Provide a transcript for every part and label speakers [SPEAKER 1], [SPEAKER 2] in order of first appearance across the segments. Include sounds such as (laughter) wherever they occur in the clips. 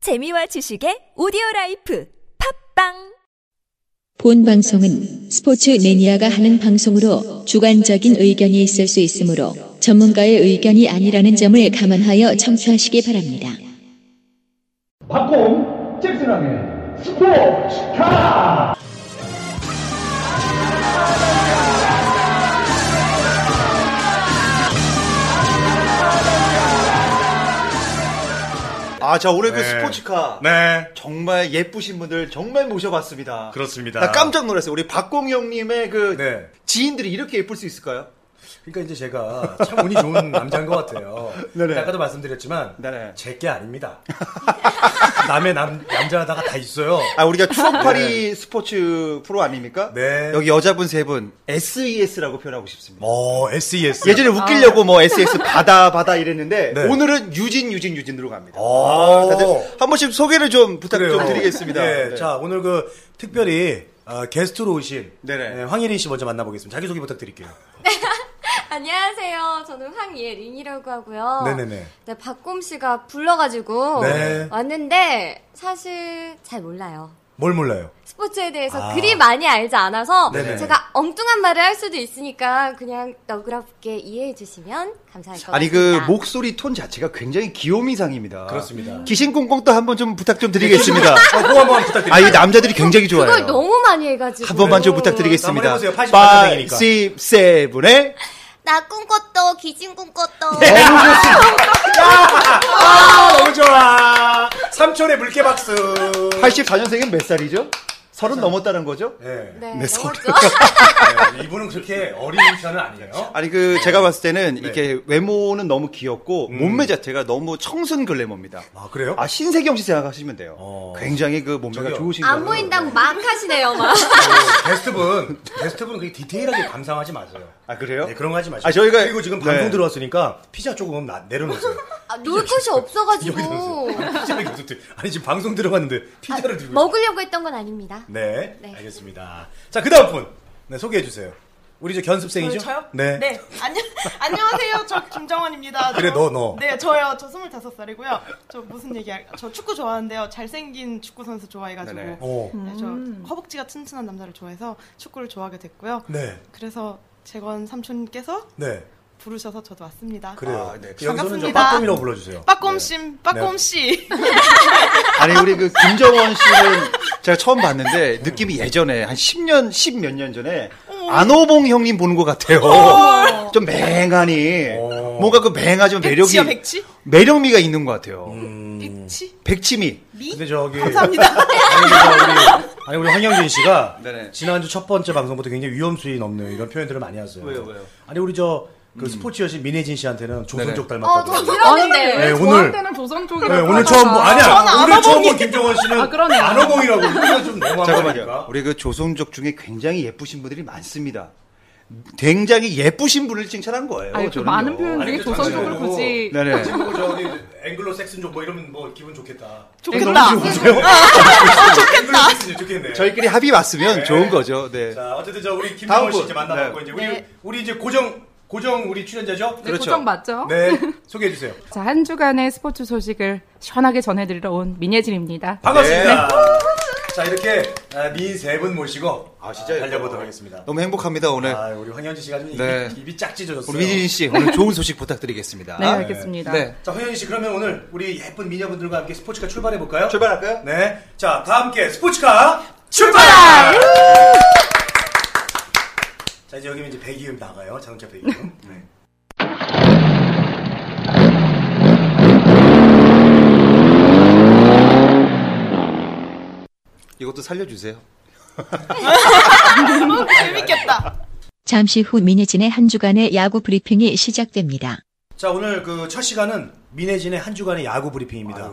[SPEAKER 1] 재미와 지식의 오디오 라이프 팝빵
[SPEAKER 2] 본 방송은 스포츠 매니아가 하는 방송으로 주관적인 의견이 있을 수 있으므로 전문가의 의견이 아니라는 점을 감안하여 청취하시기 바랍니다.
[SPEAKER 3] 박공 잭슨왕의 스포츠 카
[SPEAKER 4] 아, 자, 올해 그
[SPEAKER 5] 네.
[SPEAKER 4] 스포츠카.
[SPEAKER 5] 네.
[SPEAKER 4] 정말 예쁘신 분들 정말 모셔봤습니다.
[SPEAKER 5] 그렇습니다.
[SPEAKER 4] 나 깜짝 놀랐어요. 우리 박공영님의 그
[SPEAKER 5] 네.
[SPEAKER 4] 지인들이 이렇게 예쁠 수 있을까요?
[SPEAKER 5] 그러니까 이제 제가 참 운이
[SPEAKER 3] (laughs)
[SPEAKER 5] 좋은 남자인 것 같아요.
[SPEAKER 4] 네네.
[SPEAKER 5] 아까도 말씀드렸지만
[SPEAKER 4] 네네.
[SPEAKER 5] 제게 아닙니다. 남의 남, 남자 하다가 다 있어요.
[SPEAKER 4] 아, 우리가
[SPEAKER 5] (laughs)
[SPEAKER 4] 추억팔이 스포츠 프로 아닙니까?
[SPEAKER 5] 네.
[SPEAKER 4] 여기 여자분 세 분, SES라고 표현하고 싶습니다.
[SPEAKER 5] 어, SES.
[SPEAKER 4] 예전에 웃기려고
[SPEAKER 6] 아.
[SPEAKER 4] 뭐 SES 바다 바다 이랬는데
[SPEAKER 5] (laughs) 네.
[SPEAKER 4] 오늘은 유진 유진 유진으로 갑니다. 아,
[SPEAKER 5] 오.
[SPEAKER 4] 다들 한 번씩 소개를 좀 부탁 좀 드리겠습니다.
[SPEAKER 5] 네,
[SPEAKER 4] 네.
[SPEAKER 5] 자, 오늘 그 특별히 어, 게스트로 오신
[SPEAKER 4] 네네.
[SPEAKER 5] 네, 황예린 씨 먼저 만나보겠습니다. 자기소개 부탁드릴게요.
[SPEAKER 6] 안녕하세요. 저는 황예린이라고
[SPEAKER 5] 어.
[SPEAKER 6] 하고요.
[SPEAKER 5] 네네네.
[SPEAKER 6] 네, 박곰 씨가 불러가지고
[SPEAKER 5] 네.
[SPEAKER 6] 왔는데 사실 잘 몰라요.
[SPEAKER 5] 뭘 (laughs) 몰라요?
[SPEAKER 6] 스포츠에 대해서
[SPEAKER 5] 아.
[SPEAKER 6] 그리 많이 알지 않아서
[SPEAKER 5] 네네.
[SPEAKER 6] 제가 엉뚱한 말을 할 수도 있으니까 그냥 너그럽게 이해해 주시면 감사할 것
[SPEAKER 4] 아니 그
[SPEAKER 6] 같습니다.
[SPEAKER 4] 목소리 톤 자체가 굉장히 귀요미상입니다.
[SPEAKER 5] 그렇습니다.
[SPEAKER 4] 기신공공도 한번 좀 부탁 좀 드리겠습니다.
[SPEAKER 5] 어, 보안 보안 부탁드립니다.
[SPEAKER 4] 아, 이 남자들이 굉장히 좋아요.
[SPEAKER 6] 그걸 너무 많이 해가지고
[SPEAKER 4] 한 번만 좀
[SPEAKER 5] 한번
[SPEAKER 4] 부탁드리겠습니다.
[SPEAKER 5] 해보세요. 80
[SPEAKER 4] 5,
[SPEAKER 5] 반장이니까.
[SPEAKER 4] 6, 7에
[SPEAKER 6] 나 꿈꿨도 기진 꿈꿨도
[SPEAKER 4] 네.
[SPEAKER 5] 아, 너무 좋아. 삼촌의 물개 박수.
[SPEAKER 4] 84년생은 몇 살이죠? 서른 넘었다는 거죠?
[SPEAKER 5] 네.
[SPEAKER 6] 네,
[SPEAKER 4] 내
[SPEAKER 6] 너무 (laughs)
[SPEAKER 4] 소리.
[SPEAKER 6] 좋아.
[SPEAKER 5] 네, 이분은 그렇게 어린 편은 아니에요.
[SPEAKER 4] 아니 그 제가 봤을 때는 이렇게 외모는 너무 귀엽고 몸매 자체가 너무 청순 글래머입니다.
[SPEAKER 5] 아, 그래요?
[SPEAKER 4] 음. 아 신세경 씨 생각하시면 돼요.
[SPEAKER 5] 어.
[SPEAKER 4] 굉장히 그 몸매가
[SPEAKER 5] 저기요.
[SPEAKER 4] 좋으신 거예요.
[SPEAKER 6] 안 보인다고 막
[SPEAKER 4] (laughs)
[SPEAKER 6] 하시네요, 막.
[SPEAKER 5] 그 게스트분, 게스트분 그렇게 디테일하게 감상하지 마세요.
[SPEAKER 4] 아 그래요?
[SPEAKER 5] 네, 그런 거 하지 마시고.
[SPEAKER 4] 아, 저희가-
[SPEAKER 5] 그리고 지금
[SPEAKER 4] 네.
[SPEAKER 5] 방송 들어왔으니까 피자 조금 나- 내려놓으세요.
[SPEAKER 6] 아, 놀 곳이
[SPEAKER 5] 여기
[SPEAKER 6] 없어가지고
[SPEAKER 5] 놓으세요. 아니, 피자를 계속 들. 아니 지금 방송 들어갔는데 피자를 들고.
[SPEAKER 6] 아, 먹으려고 했던 건 아닙니다.
[SPEAKER 5] 네,
[SPEAKER 6] 네.
[SPEAKER 5] 알겠습니다. 자, 그다음 분. 네, 소개해 주세요. 우리 저 견습생이죠?
[SPEAKER 7] 저요?
[SPEAKER 5] 네.
[SPEAKER 7] 안녕, (laughs) 안녕하세요. 저 김정원입니다. 저-
[SPEAKER 5] 그래, 너, 너.
[SPEAKER 7] 네, 저요. 저 25살이고요. 저 무슨 얘기, 할- 저 축구 좋아하는데요. 잘생긴 축구선수 좋아해가지고.
[SPEAKER 4] 네네.
[SPEAKER 5] 오.
[SPEAKER 7] 네, 저 허벅지가 튼튼한 남자를 좋아해서 축구를 좋아하게 됐고요.
[SPEAKER 5] 네.
[SPEAKER 7] 그래서 재건 삼촌께서
[SPEAKER 5] 네.
[SPEAKER 7] 부르셔서 저도 왔습니다.
[SPEAKER 5] 그래요.
[SPEAKER 4] 아, 네.
[SPEAKER 5] 여기서는 저
[SPEAKER 7] 반갑습니다.
[SPEAKER 5] 빠꼼이라고 불러 주세요. 네.
[SPEAKER 7] 빠꼼씨, 빠꼼씨.
[SPEAKER 4] 아니 우리 그 김정원 씨는 제가 처음 봤는데 느낌이 예전에 한 10년 10 몇 년 전에 안호봉 형님 보는 것
[SPEAKER 8] 어.
[SPEAKER 4] 같아요. 좀 맹하니
[SPEAKER 5] 오.
[SPEAKER 4] 뭔가 그 맹하지만 매력이
[SPEAKER 7] 백치요, 백치?
[SPEAKER 4] 매력미가 있는 것 같아요.
[SPEAKER 5] 음.
[SPEAKER 7] 백치?
[SPEAKER 4] 백치미.
[SPEAKER 7] 미?
[SPEAKER 5] 근데 저기
[SPEAKER 7] 감사합니다.
[SPEAKER 5] (laughs) 아니, 우리, 아니, 우리 황영진 씨가
[SPEAKER 4] 네네.
[SPEAKER 5] 지난주 첫 번째 방송부터 굉장히 위험 수위 넘는 이런 표현들을 많이 하세요.
[SPEAKER 4] 왜요, 왜요?
[SPEAKER 5] 아니 우리 저 그 스포츠 여신 민혜진
[SPEAKER 4] 네네.
[SPEAKER 5] 씨한테는 조선족
[SPEAKER 6] 어, 저
[SPEAKER 7] 아,
[SPEAKER 5] 닮았다고.
[SPEAKER 6] 들었는데.
[SPEAKER 5] 네, 오늘
[SPEAKER 8] 조선 쪽이
[SPEAKER 5] 네, 오늘 처음 보, 아니야 오늘 처음 본 김정원 씨는
[SPEAKER 8] 아, 그러네요.
[SPEAKER 5] 안어봉이라고
[SPEAKER 4] (laughs)
[SPEAKER 5] 이거 좀 너무한 거
[SPEAKER 4] 잠깐만요.
[SPEAKER 5] 아닙니까?
[SPEAKER 4] 우리 그 조선족 중에 굉장히 예쁘신 분들이 많습니다. 굉장히 예쁘신 분을 칭찬한 거예요.
[SPEAKER 8] 아니, 그
[SPEAKER 4] 저는요.
[SPEAKER 8] 많은 표현
[SPEAKER 5] 아니,
[SPEAKER 8] 중에
[SPEAKER 5] 그
[SPEAKER 8] 조선 쪽을
[SPEAKER 5] 자체적으로.
[SPEAKER 8] 굳이
[SPEAKER 4] 네네.
[SPEAKER 5] 아, 지금 뭐 저기 앵글로색슨족 뭐 이러면 뭐 기분 좋겠다.
[SPEAKER 7] 아, 좋겠다.
[SPEAKER 5] 좋겠다. 좋겠네.
[SPEAKER 4] 저희끼리 합의 맞으면
[SPEAKER 5] 네.
[SPEAKER 4] 좋은 거죠. 네.
[SPEAKER 5] 자 어쨌든 저 우리
[SPEAKER 4] 다음
[SPEAKER 5] 김정원
[SPEAKER 4] 분.
[SPEAKER 5] 씨 이제 만나봤고
[SPEAKER 4] 네.
[SPEAKER 5] 이제 우리
[SPEAKER 6] 네.
[SPEAKER 5] 우리 이제 고정 고정 우리 출연자죠?
[SPEAKER 8] 네, 고정
[SPEAKER 4] 그렇죠.
[SPEAKER 8] 맞죠?
[SPEAKER 5] 네 소개해 주세요.
[SPEAKER 8] 자, 한 주간의 스포츠 소식을 시원하게 전해드리러 온 민예진입니다.
[SPEAKER 5] 반갑습니다. (laughs) 자 이렇게 아, 미인 세 분 모시고
[SPEAKER 4] 네. 아, 진짜요?
[SPEAKER 5] 달려보도록 하겠습니다.
[SPEAKER 4] 너무 행복합니다 오늘.
[SPEAKER 5] 아 우리 황현진 씨가 좀
[SPEAKER 4] 네.
[SPEAKER 5] 입이, 입이 짝 찢어졌어요.
[SPEAKER 4] 우리 민진 씨 오늘 좋은 소식 부탁드리겠습니다.
[SPEAKER 8] 네, 알겠습니다.
[SPEAKER 4] 네.
[SPEAKER 5] 자 황현진 씨 그러면 오늘 우리 예쁜 미녀분들과 함께 스포츠카 출발해 볼까요?
[SPEAKER 4] 출발할까요?
[SPEAKER 5] 네. 자 다 함께 스포츠카 출발! 자 이제 여기면 이제 배기음 나가요. 자동차
[SPEAKER 4] (laughs)
[SPEAKER 5] 배기음. 네.
[SPEAKER 4] 이것도 살려주세요.
[SPEAKER 7] 재밌겠다.
[SPEAKER 2] 잠시 후 민혜진의 한 주간의 야구 브리핑이 시작됩니다.
[SPEAKER 5] 자 오늘 그 첫 시간은 민혜진의 한 주간의 야구 브리핑입니다.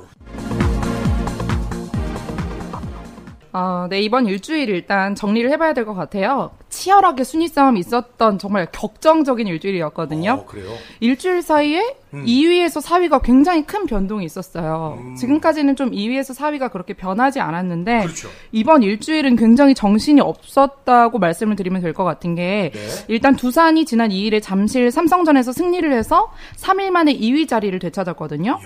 [SPEAKER 8] 어, 네, 이번 일주일 일단 정리를 해봐야 될 것 같아요. 치열하게 순위 싸움이 있었던 정말 격정적인 일주일이었거든요. 네.
[SPEAKER 5] 어, 음. 그래요?
[SPEAKER 8] 일주일 사이에 2위에서 4위가 굉장히 큰 변동이 있었어요. 지금까지는 좀 2위에서 4위가 그렇게 변하지 않았는데
[SPEAKER 5] 음. 그렇죠.
[SPEAKER 8] 이번 일주일은 굉장히 정신이 없었다고 말씀을 드리면 될 것 같은 게 일단 두산이 지난 2일에 잠실 삼성전에서 승리를 해서 3일 만에 2위 자리를 되찾았거든요.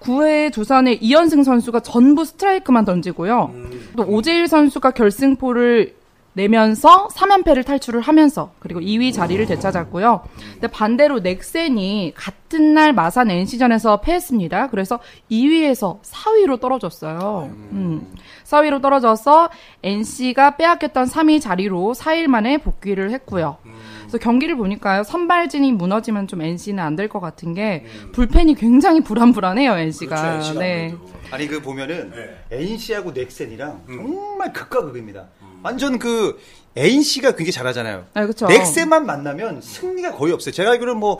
[SPEAKER 8] 9회 두산의 이현승 선수가 전부 스트라이크만 던지고요. 또 오재일 선수가 결승포를 내면서 3연패를 탈출을 하면서 그리고 2위 자리를 되찾았고요. 근데 반대로 넥센이 같은 날 마산 NC전에서 패했습니다. 그래서 2위에서 4위로 떨어졌어요. 음. 4위로 떨어져서 NC가 빼앗겼던 3위 자리로 4일 만에 복귀를 했고요.
[SPEAKER 5] 음.
[SPEAKER 8] 그래서 경기를 보니까요. 선발진이 무너지면 좀 NC는 안 될 것 같은 게 불펜이 굉장히 불안불안해요, NC가.
[SPEAKER 5] 음. 그렇죠, NC가
[SPEAKER 8] 네.
[SPEAKER 4] 아니 그 보면은
[SPEAKER 5] 네. 음.
[SPEAKER 4] NC하고 넥센이랑 정말 극과 극입니다. 완전 그 NC가 굉장히 잘하잖아요.
[SPEAKER 8] 아, 그쵸.
[SPEAKER 4] 넥센만 만나면 승리가 거의 없어요. 제가 알기로는 뭐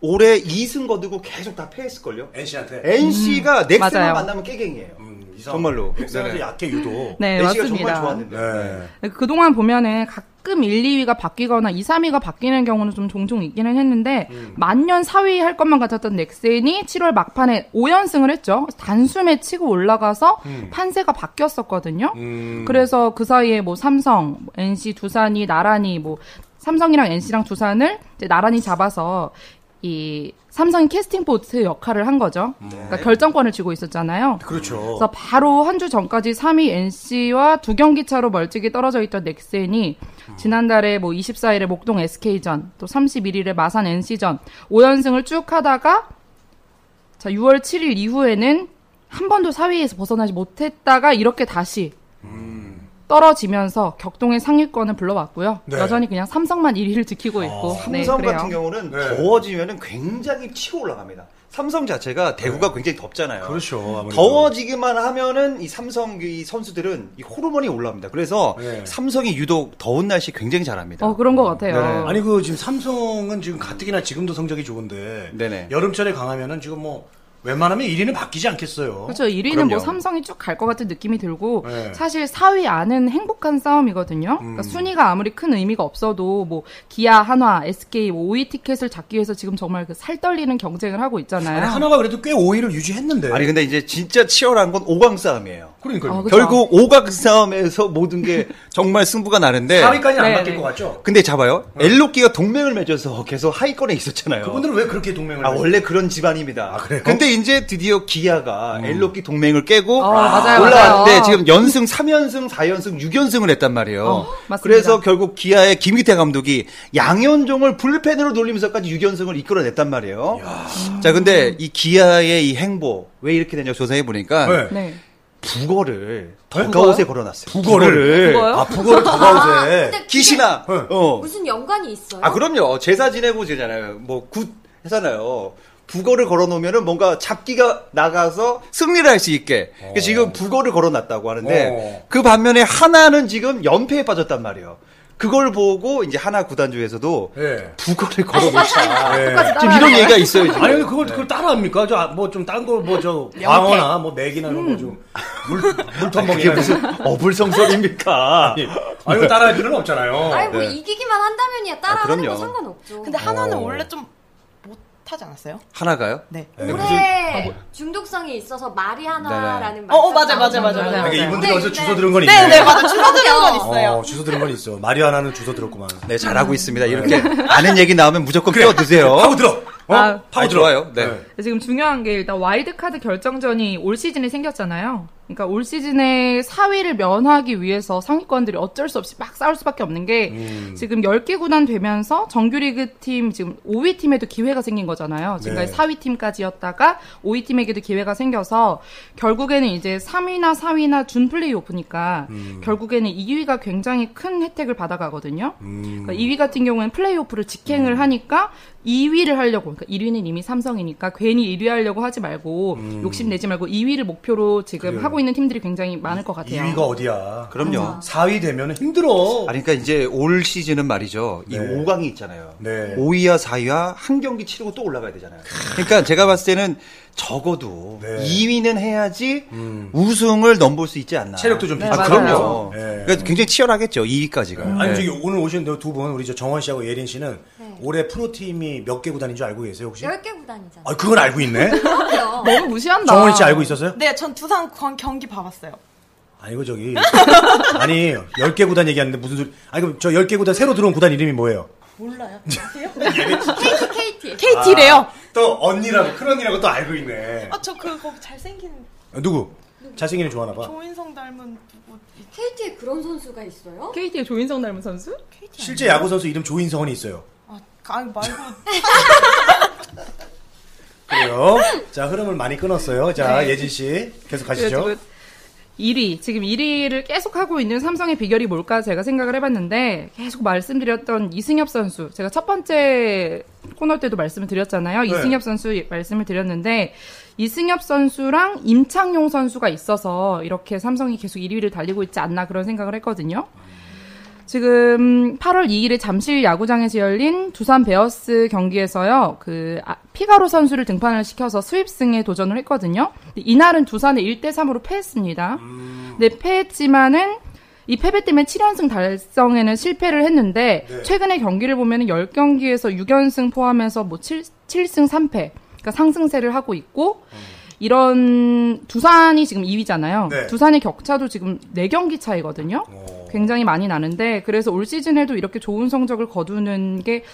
[SPEAKER 4] 올해 2승 거두고 계속 다 패했을걸요.
[SPEAKER 5] NC한테.
[SPEAKER 4] NC가 넥센만
[SPEAKER 8] 음, 맞아요.
[SPEAKER 4] 만나면 깨갱이에요.
[SPEAKER 5] 음, 이상.
[SPEAKER 4] 정말로.
[SPEAKER 5] 넥센한테
[SPEAKER 4] 네네.
[SPEAKER 5] 약해 유도.
[SPEAKER 8] 네,
[SPEAKER 4] NC가 정말
[SPEAKER 8] 맞습니다.
[SPEAKER 4] 좋았는데.
[SPEAKER 5] 네.
[SPEAKER 8] 그동안 보면은 가끔 1, 2위가 바뀌거나 2, 3위가 바뀌는 경우는 좀 종종 있기는 했는데 만년 4위 할 것만 같았던 넥센이 7월 막판에 5연승을 했죠. 단숨에 치고 올라가서 판세가 바뀌었었거든요.
[SPEAKER 5] 음.
[SPEAKER 8] 그래서 그 사이에 뭐 삼성, 뭐 NC, 두산이 나란히 뭐 삼성이랑 NC랑 두산을 이제 나란히 잡아서 이 삼성이 캐스팅 보트 역할을 한 거죠. 그러니까 결정권을 쥐고 있었잖아요.
[SPEAKER 5] 그렇죠.
[SPEAKER 4] 어.
[SPEAKER 8] 그래서 바로 한 주 전까지 3위 NC와 두 경기 차로 멀찍이 떨어져 있던 넥센이
[SPEAKER 4] 음.
[SPEAKER 8] 지난달에 뭐 24일에 목동 SK전, 또 31일에 마산 NC전 5연승을 쭉 하다가 자 6월 7일 이후에는 한 번도 4위에서 벗어나지 못했다가 이렇게 다시
[SPEAKER 4] 음.
[SPEAKER 8] 떨어지면서 격동의 상위권을 불러왔고요.
[SPEAKER 5] 네.
[SPEAKER 8] 여전히 그냥 삼성만 1위를 지키고 있고. 네,
[SPEAKER 4] 어, 삼성
[SPEAKER 8] 그래요.
[SPEAKER 4] 같은 경우는
[SPEAKER 5] 네.
[SPEAKER 4] 더워지면은 굉장히 치고 올라갑니다. 삼성 자체가 대구가 굉장히 덥잖아요.
[SPEAKER 5] 네. 그렇죠. 아무래도.
[SPEAKER 4] 더워지기만 하면은 이 삼성 이 선수들은 이 호르몬이 올라옵니다. 그래서
[SPEAKER 5] 네.
[SPEAKER 4] 삼성이 유독 더운 날씨 굉장히 잘합니다.
[SPEAKER 8] 어 그런 것 같아요.
[SPEAKER 4] 네.
[SPEAKER 5] 아니 그 지금 삼성은 지금 가뜩이나 지금도 성적이 좋은데
[SPEAKER 4] 네네.
[SPEAKER 5] 여름철에 강하면은 지금 뭐 웬만하면 1위는 바뀌지 않겠어요.
[SPEAKER 8] 그렇죠. 1위는 뭐
[SPEAKER 4] 그럼요.
[SPEAKER 8] 삼성이 쭉 갈 것 같은 느낌이 들고
[SPEAKER 5] 네. 음.
[SPEAKER 8] 사실 4위 안은 행복한 싸움이거든요. 그러니까 순위가 아무리 큰 의미가 없어도 뭐 기아, 한화, SK 5위 티켓을 잡기 위해서 지금 정말 그 살떨리는 경쟁을 하고 있잖아요.
[SPEAKER 5] 아니, 하나가 그래도 꽤 5위를 유지했는데.
[SPEAKER 4] 아니 근데 이제 진짜 치열한 건 5강 싸움이에요.
[SPEAKER 5] 그러니까요.
[SPEAKER 8] 아, 그쵸.
[SPEAKER 4] 결국 5강 싸움에서 모든
[SPEAKER 5] (laughs)
[SPEAKER 4] 게 정말 승부가 나는데
[SPEAKER 5] 4위까지는 안
[SPEAKER 8] 네,
[SPEAKER 5] 바뀔
[SPEAKER 8] 네.
[SPEAKER 5] 것 같죠?
[SPEAKER 4] 근데 잡아요. 엘로끼가 동맹을 맺어서 계속 하위권에 있었잖아요.
[SPEAKER 5] 그분들은 왜 그렇게 동맹을
[SPEAKER 4] 네. 아
[SPEAKER 5] 해요?
[SPEAKER 4] 원래 그런 집안입니다.
[SPEAKER 5] 아, 그래요? 음.
[SPEAKER 4] 근데 이제 드디어 기아가 엘로끼 동맹을 깨고
[SPEAKER 8] 어, 맞아요,
[SPEAKER 4] 올라왔는데
[SPEAKER 8] 맞아요.
[SPEAKER 4] 지금 연승 3연승, 4연승, 6연승을 했단 말이에요.
[SPEAKER 8] 어, 맞습니다.
[SPEAKER 4] 그래서 결국 기아의 김기태 감독이 양현종을 불펜으로 돌리면서까지 6연승을 이끌어냈단 말이에요. 자, 근데 이 기아의 이 행보 왜 이렇게 되냐 조사해 보니까
[SPEAKER 5] 네.
[SPEAKER 8] 네.
[SPEAKER 4] 북어를 더가웃에 걸어놨어요.
[SPEAKER 5] 북어를.
[SPEAKER 8] 북어요?
[SPEAKER 5] 아, 북어를 더 가오세.
[SPEAKER 8] (laughs)
[SPEAKER 6] 근데
[SPEAKER 4] 기신아.
[SPEAKER 5] 네.
[SPEAKER 4] 어.
[SPEAKER 6] 무슨 연관이 있어요?
[SPEAKER 4] 아 그럼요 제사 지내고 제잖아요 뭐 굿 하잖아요 북어를 걸어놓으면은 뭔가 잡기가 나가서 승리를 할 수 있게 그래서 지금 북어를 걸어놨다고 하는데
[SPEAKER 5] 어.
[SPEAKER 4] 그 반면에 하나는 지금 연패에 빠졌단 말이에요 그걸 보고 이제 하나 구단주에서도
[SPEAKER 5] 예.
[SPEAKER 4] 북어를 걸어놓자
[SPEAKER 5] 예.
[SPEAKER 4] 지금 이런 얘기가 있어요 지금 (laughs)
[SPEAKER 5] 아니 근데 그걸 그걸 따라합니까? 저 뭐 좀 딴 거 뭐저 광어나 뭐 맥이나 이런 거좀물
[SPEAKER 4] 그게
[SPEAKER 5] 물텀벅이나
[SPEAKER 4] 무슨 어불성설입니까
[SPEAKER 5] 아니 이거 따라할 필요는 없잖아요.
[SPEAKER 6] 아니 뭐
[SPEAKER 4] 네.
[SPEAKER 6] 이기기만 한다면이야
[SPEAKER 4] 아,
[SPEAKER 6] 따라하는
[SPEAKER 4] 그럼요.
[SPEAKER 6] 건 상관없죠.
[SPEAKER 7] (laughs) 근데 하나는 원래 좀 못하지 않았어요?
[SPEAKER 4] 하나가요?
[SPEAKER 7] 네.
[SPEAKER 6] 올해 중독성이 있어서 말이 하나라는 말.
[SPEAKER 7] 어, 어, 맞아, 맞아, 맞아, 맞아.
[SPEAKER 5] 그러니까 이분들이
[SPEAKER 6] 네,
[SPEAKER 5] 어디서
[SPEAKER 6] 네.
[SPEAKER 5] 주워 들은 건 있네.
[SPEAKER 7] 네, 네, 맞아. 줄어드는 건 있어요.
[SPEAKER 5] 어, 주워 들은 건 있어. 마리아나는 주워 들었구만.
[SPEAKER 4] 네 잘하고 있습니다 (laughs) 이렇게 아는 얘기 나오면 무조건 끼워드세요
[SPEAKER 5] 파고 들어. 어?
[SPEAKER 8] 아.
[SPEAKER 5] 파고
[SPEAKER 4] 아니,
[SPEAKER 5] 들어.
[SPEAKER 4] 좋아요. 네.
[SPEAKER 8] 지금 중요한 게 일단 와일드카드 결정전이 올 시즌에 생겼잖아요. 그러니까 올 시즌에 4위를 면하기 위해서 상위권들이 어쩔 수 없이 막 싸울 수밖에 없는 게
[SPEAKER 5] 음.
[SPEAKER 8] 지금 10개 구단 되면서 정규리그 팀 지금 5위 팀에도 기회가 생긴 거잖아요. 지금까지
[SPEAKER 5] 네.
[SPEAKER 8] 4위 팀까지였다가 5위 팀에게도 기회가 생겨서 결국에는 이제 3위나 4위나 준 플레이오프니까
[SPEAKER 5] 음.
[SPEAKER 8] 결국에는 2위가 굉장히 큰 혜택을 받아가거든요.
[SPEAKER 5] 음.
[SPEAKER 8] 그러니까 2위 같은 경우에는 플레이오프를 직행을 하니까 2위를 하려고 그러니까 1위는 이미 삼성이니까 괜히 1위 하려고 하지 말고
[SPEAKER 5] 음.
[SPEAKER 8] 욕심내지 말고 2위를 목표로 지금 하고 있는 팀들이 굉장히 많을 것 같아요.
[SPEAKER 5] 2위가 어디야?
[SPEAKER 4] 그럼요
[SPEAKER 5] 4위 되면 힘들어.
[SPEAKER 4] 아니, 그러니까 이제 올 시즌은 말이죠. 이
[SPEAKER 5] 네.
[SPEAKER 4] 5강이 있잖아요.
[SPEAKER 5] 네.
[SPEAKER 4] 5위와 4위와 한 경기 치르고 또 올라가야 되잖아요. 그러니까 제가 봤을 때는 적어도
[SPEAKER 5] 네. 음.
[SPEAKER 4] 2위는 해야지 우승을 넘볼 수 있지 않나.
[SPEAKER 5] 체력도 좀
[SPEAKER 4] 아,
[SPEAKER 5] 필요하죠.
[SPEAKER 4] 그럼요.
[SPEAKER 5] 네. 음.
[SPEAKER 4] 그러니까 굉장히 치열하겠죠. 2위까지가. 네.
[SPEAKER 5] 아니 저기 오늘 오신 두분 우리 저 정원 씨하고 예린 씨는 올해 프로팀이 몇 개 구단인 줄 알고 계세요 혹시?
[SPEAKER 6] 10개 구단이잖아.
[SPEAKER 5] 아 그건 알고 있네.
[SPEAKER 6] 그럼요.
[SPEAKER 8] 너무 무시한다.
[SPEAKER 5] 정원 씨 알고 있었어요?
[SPEAKER 7] 네, 전 두산 광- 경기 봐봤어요.
[SPEAKER 5] 아니고 저기 아니 10개 구단 얘기하는데 무슨 소리? 아니 그럼 저 10개 구단 새로 들어온 구단 이름이 뭐예요?
[SPEAKER 7] 몰라요.
[SPEAKER 6] KT, KT.
[SPEAKER 8] 아.
[SPEAKER 7] KT래요.
[SPEAKER 5] 또 언니라고 큰 언니라고 또 알고 있네.
[SPEAKER 7] 아, 저 그거 잘생긴
[SPEAKER 5] 아, 누구? 잘생긴 애 좋아하나 봐.
[SPEAKER 7] 조인성 닮은 누구 있-
[SPEAKER 6] KT에 그런 선수가 있어요?
[SPEAKER 8] KT의 조인성 닮은 선수?
[SPEAKER 5] 실제 야구 선수 이름 조인성이 있어요.
[SPEAKER 7] 아, 아 (laughs) 말고
[SPEAKER 5] 그래요. 자 흐름을 많이 끊었어요. 자
[SPEAKER 4] 네.
[SPEAKER 5] 예진 씨 계속 가시죠.
[SPEAKER 8] 1위 그 지금 1위를 계속 하고 있는 삼성의 비결이 뭘까 제가 생각을 해봤는데 계속 말씀드렸던 이승엽 선수 제가 첫 번째 코너 때도 말씀을
[SPEAKER 5] 네.
[SPEAKER 8] 드렸잖아요 이승엽 선수 예- 말씀을 드렸는데 이승엽 선수랑 임창용 선수가 있어서 이렇게 삼성이 계속 1위를 달리고 있지 않나 그런 생각을 했거든요. 지금 8월 2일에 잠실 야구장에서 열린 두산 베어스 경기에서요, 그, 아, 피가로 선수를 등판을 시켜서 스윕승에 도전을 했거든요. 근데 이날은 두산에 1대3으로 패했습니다. 근데 네, 패했지만은, 이 패배 때문에 7연승 달성에는 실패를 했는데,
[SPEAKER 5] 네.
[SPEAKER 8] 최근에 경기를 보면 10경기에서 6연승 포함해서 뭐 7, 승 3패, 그러니까 상승세를 하고 있고,
[SPEAKER 5] 음.
[SPEAKER 8] 이런, 두산이 지금 2위잖아요.
[SPEAKER 5] 네.
[SPEAKER 8] 두산의 격차도 지금 4경기 차이거든요.
[SPEAKER 5] 오.
[SPEAKER 8] 굉장히 많이 나는데 그래서 올 시즌에도 이렇게 좋은 성적을 거두는 게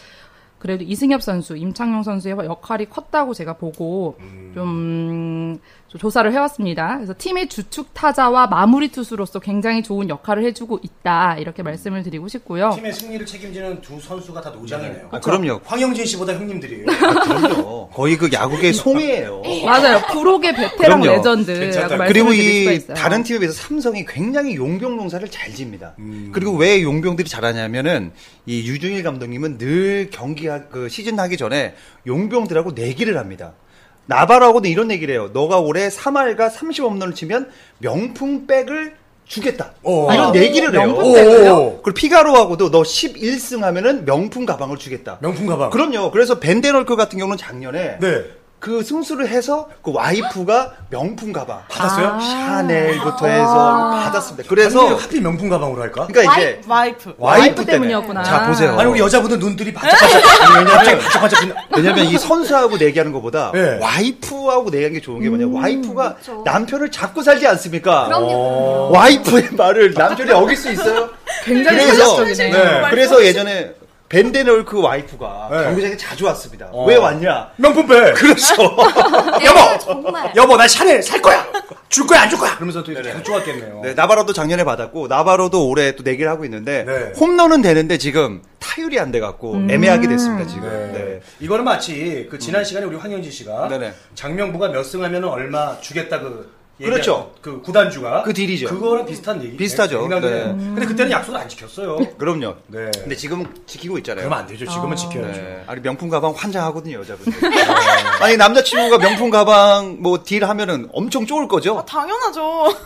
[SPEAKER 8] 그래도 이승엽 선수, 임창용 선수의 역할이 컸다고 제가 보고
[SPEAKER 5] 음.
[SPEAKER 8] 좀 조사를 해왔습니다. 그래서 팀의 주축 타자와 마무리 투수로서 굉장히 좋은 역할을 해주고 있다 이렇게 말씀을 드리고 싶고요.
[SPEAKER 5] 음. 팀의 승리를 책임지는 두 선수가 다 노장이네요.
[SPEAKER 4] 아, 그럼요.
[SPEAKER 5] 황영진 씨보다 형님들이에요. 어.
[SPEAKER 4] 그럼요. 거의 그
[SPEAKER 5] (laughs)
[SPEAKER 4] 야구계 송이에요.
[SPEAKER 8] 맞아요, 부록의 베테랑
[SPEAKER 4] 그럼요.
[SPEAKER 8] 레전드라고 말씀을
[SPEAKER 4] 그리고
[SPEAKER 8] 드릴 수가
[SPEAKER 4] 이
[SPEAKER 8] 있어요.
[SPEAKER 4] 다른 팀에 비해서 삼성이 굉장히 용병 농사를 잘 집니다.
[SPEAKER 5] 음.
[SPEAKER 4] 그리고 왜 용병들이 잘하냐면은 이 유중일 감독님은 늘 경기 하- 그 시즌 하기 전에 용병들하고 내기를 합니다. 나바라고도 이런 얘기를 해요. 너가 올해 3할과 30홈런을 치면 명품 백을 주겠다. 아,
[SPEAKER 5] 오.
[SPEAKER 8] 아,
[SPEAKER 4] 이런 네. 내기를 해요.
[SPEAKER 5] 명품 백을요?
[SPEAKER 4] 오. 그리고 피가로하고도 너 11승 하면은 명품 가방을 주겠다.
[SPEAKER 5] 명품 가방.
[SPEAKER 4] 그럼요. 그래서 벤데널크 같은 경우는 작년에
[SPEAKER 5] 네.
[SPEAKER 4] 그 승수를 해서 그 와이프가 명품 가방
[SPEAKER 5] 받았어요?
[SPEAKER 8] 아.
[SPEAKER 4] 샤넬부터 해서 받았습니다. 그래서
[SPEAKER 5] 아니, 하필 명품 가방으로 할까?
[SPEAKER 4] 그러니까 이제
[SPEAKER 7] 와이프.
[SPEAKER 4] 와이프
[SPEAKER 8] 때문이었구나.
[SPEAKER 4] 자 보세요. 네.
[SPEAKER 5] 아니 우리 여자분들 눈들이 반짝반짝. 아니, 왜냐면 반짝반짝. 빛나-
[SPEAKER 4] 왜냐면 이 선수하고 내기하는 것보다
[SPEAKER 5] 네.
[SPEAKER 4] 와이프하고 내기하는 게 좋은 게 뭐냐.
[SPEAKER 8] 음,
[SPEAKER 4] 와이프가 남편을 잡고 살지 않습니까?
[SPEAKER 6] 그럼요.
[SPEAKER 4] 와이프의 말을 남편이 어길 수 있어요?
[SPEAKER 8] 굉장히
[SPEAKER 4] 그래서
[SPEAKER 8] 현실적이네.
[SPEAKER 5] 네.
[SPEAKER 4] 그래서 예전에 벤데널크 와이프가
[SPEAKER 5] 네. 어.
[SPEAKER 4] 경기장에 자주 왔습니다. 왜 왔냐?
[SPEAKER 5] 명품 백.
[SPEAKER 4] 그렇죠.
[SPEAKER 6] 여보! 네, 정말.
[SPEAKER 5] 여보 나 샤넬 살 거야. 줄 거야 안 줄 거야. 그러면서 또 이렇게 계속 좋았겠네요.
[SPEAKER 4] 네, 나바로도 작년에 받았고 나바로도 올해 또 내기를 하고 있는데
[SPEAKER 5] 네.
[SPEAKER 4] 홈런은 되는데 지금 타율이 안 돼 갖고
[SPEAKER 8] 음.
[SPEAKER 4] 애매하게 됐습니다 지금. 네.
[SPEAKER 5] 네.
[SPEAKER 4] 음.
[SPEAKER 5] 이거는 마치 그 지난 시간에 우리 황현진 씨가
[SPEAKER 4] 네네.
[SPEAKER 5] 장명부가 몇 승하면 얼마 주겠다 그 얘기한
[SPEAKER 4] 그렇죠.
[SPEAKER 5] 그 구단주가
[SPEAKER 4] 그 딜이죠.
[SPEAKER 5] 그거랑 비슷한 얘기
[SPEAKER 4] 비슷하죠. 네.
[SPEAKER 5] 근데 그때는 약속을 안 지켰어요.
[SPEAKER 4] 그럼요.
[SPEAKER 5] 네.
[SPEAKER 4] 근데 지금 지키고 있잖아요.
[SPEAKER 5] 그러면 안 되죠. 지금은 지켜야죠.
[SPEAKER 4] 네. 아니 명품 가방 환장하거든요 여자분들. 네. 아니 남자친구가 명품 가방 뭐 딜하면은 엄청 쪼을 거죠.
[SPEAKER 7] 당연하죠.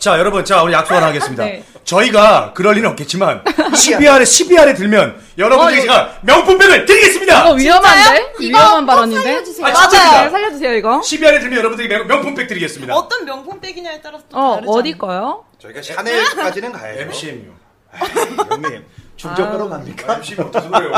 [SPEAKER 5] 자 여러분 자 우리 약속 하나 하겠습니다.
[SPEAKER 8] 네.
[SPEAKER 5] 저희가 그럴 리는
[SPEAKER 4] (laughs)
[SPEAKER 5] 없겠지만 12알에 12알에 들면 여러분들에게
[SPEAKER 8] 어, 이거-
[SPEAKER 5] 제가 명품백을 드리겠습니다.
[SPEAKER 8] 이거 어, 위험한데?
[SPEAKER 6] 이거
[SPEAKER 8] 위험한
[SPEAKER 6] 꼭
[SPEAKER 8] 발언인데?
[SPEAKER 6] 살려주세요.
[SPEAKER 5] 아, 진짜
[SPEAKER 8] 네,
[SPEAKER 5] 맞아요.
[SPEAKER 8] 살려주세요 이거.
[SPEAKER 5] 12알에 들면 여러분들에게 명- 명품백 드리겠습니다.
[SPEAKER 7] 어떤 명품백이냐에 따라서 또
[SPEAKER 8] 어
[SPEAKER 7] 다르잖아요.
[SPEAKER 8] 어디 거요?
[SPEAKER 4] 저희가 샤넬까지는
[SPEAKER 5] 네.
[SPEAKER 4] 가야죠.
[SPEAKER 5] MCMU.
[SPEAKER 4] 형님 중저가로 갑니까?
[SPEAKER 5] MCMU 어떻게 그래요?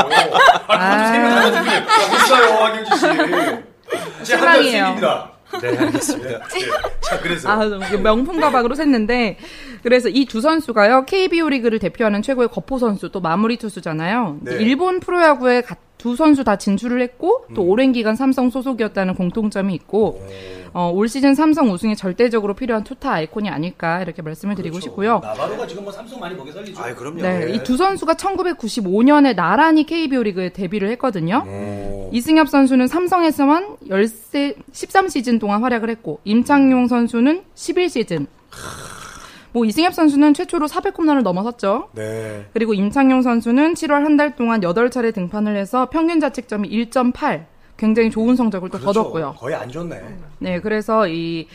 [SPEAKER 5] 아, 세명 나가는데 있어요 황현진 씨. 제 한달
[SPEAKER 8] 실망이에요.
[SPEAKER 5] 생깁니다.
[SPEAKER 4] 네 알겠습니다.
[SPEAKER 5] 네. 자 그래서
[SPEAKER 8] 아, 너무 명품 가방으로 샜는데 그래서 이 두 선수가요 KBO 리그를 대표하는 최고의 거포 선수 또 마무리 투수잖아요.
[SPEAKER 5] 네.
[SPEAKER 8] 일본 프로야구에 가- 두 선수 다 진출을 했고
[SPEAKER 5] 음.
[SPEAKER 8] 또 오랜 기간 삼성 소속이었다는 공통점이 있고 어, 올 시즌 삼성 우승에 절대적으로 필요한 투타 아이콘이 아닐까 이렇게 말씀을 드리고
[SPEAKER 5] 그렇죠.
[SPEAKER 8] 싶고요.
[SPEAKER 5] 나바로가 지금 뭐 삼성 많이 먹여 살리죠.
[SPEAKER 4] 아 그럼요.
[SPEAKER 8] 네, 이 두 선수가 1995년에 나란히 KBO 리그에 데뷔를 했거든요. 이승엽 선수는 삼성에서만 13, 13시즌 동안 활약을 했고 임창용 선수는 11시즌. 뭐 이승엽 선수는 최초로 400홈런을 넘어섰죠.
[SPEAKER 5] 네.
[SPEAKER 8] 그리고 임창용 선수는 7월 한 달 동안 8차례 등판을 해서 평균 자책점이 1.8. 굉장히 좋은 성적을 또
[SPEAKER 4] 그렇죠.
[SPEAKER 8] 거뒀고요.
[SPEAKER 5] 거의 안 좋네.
[SPEAKER 8] 네, 그래서 이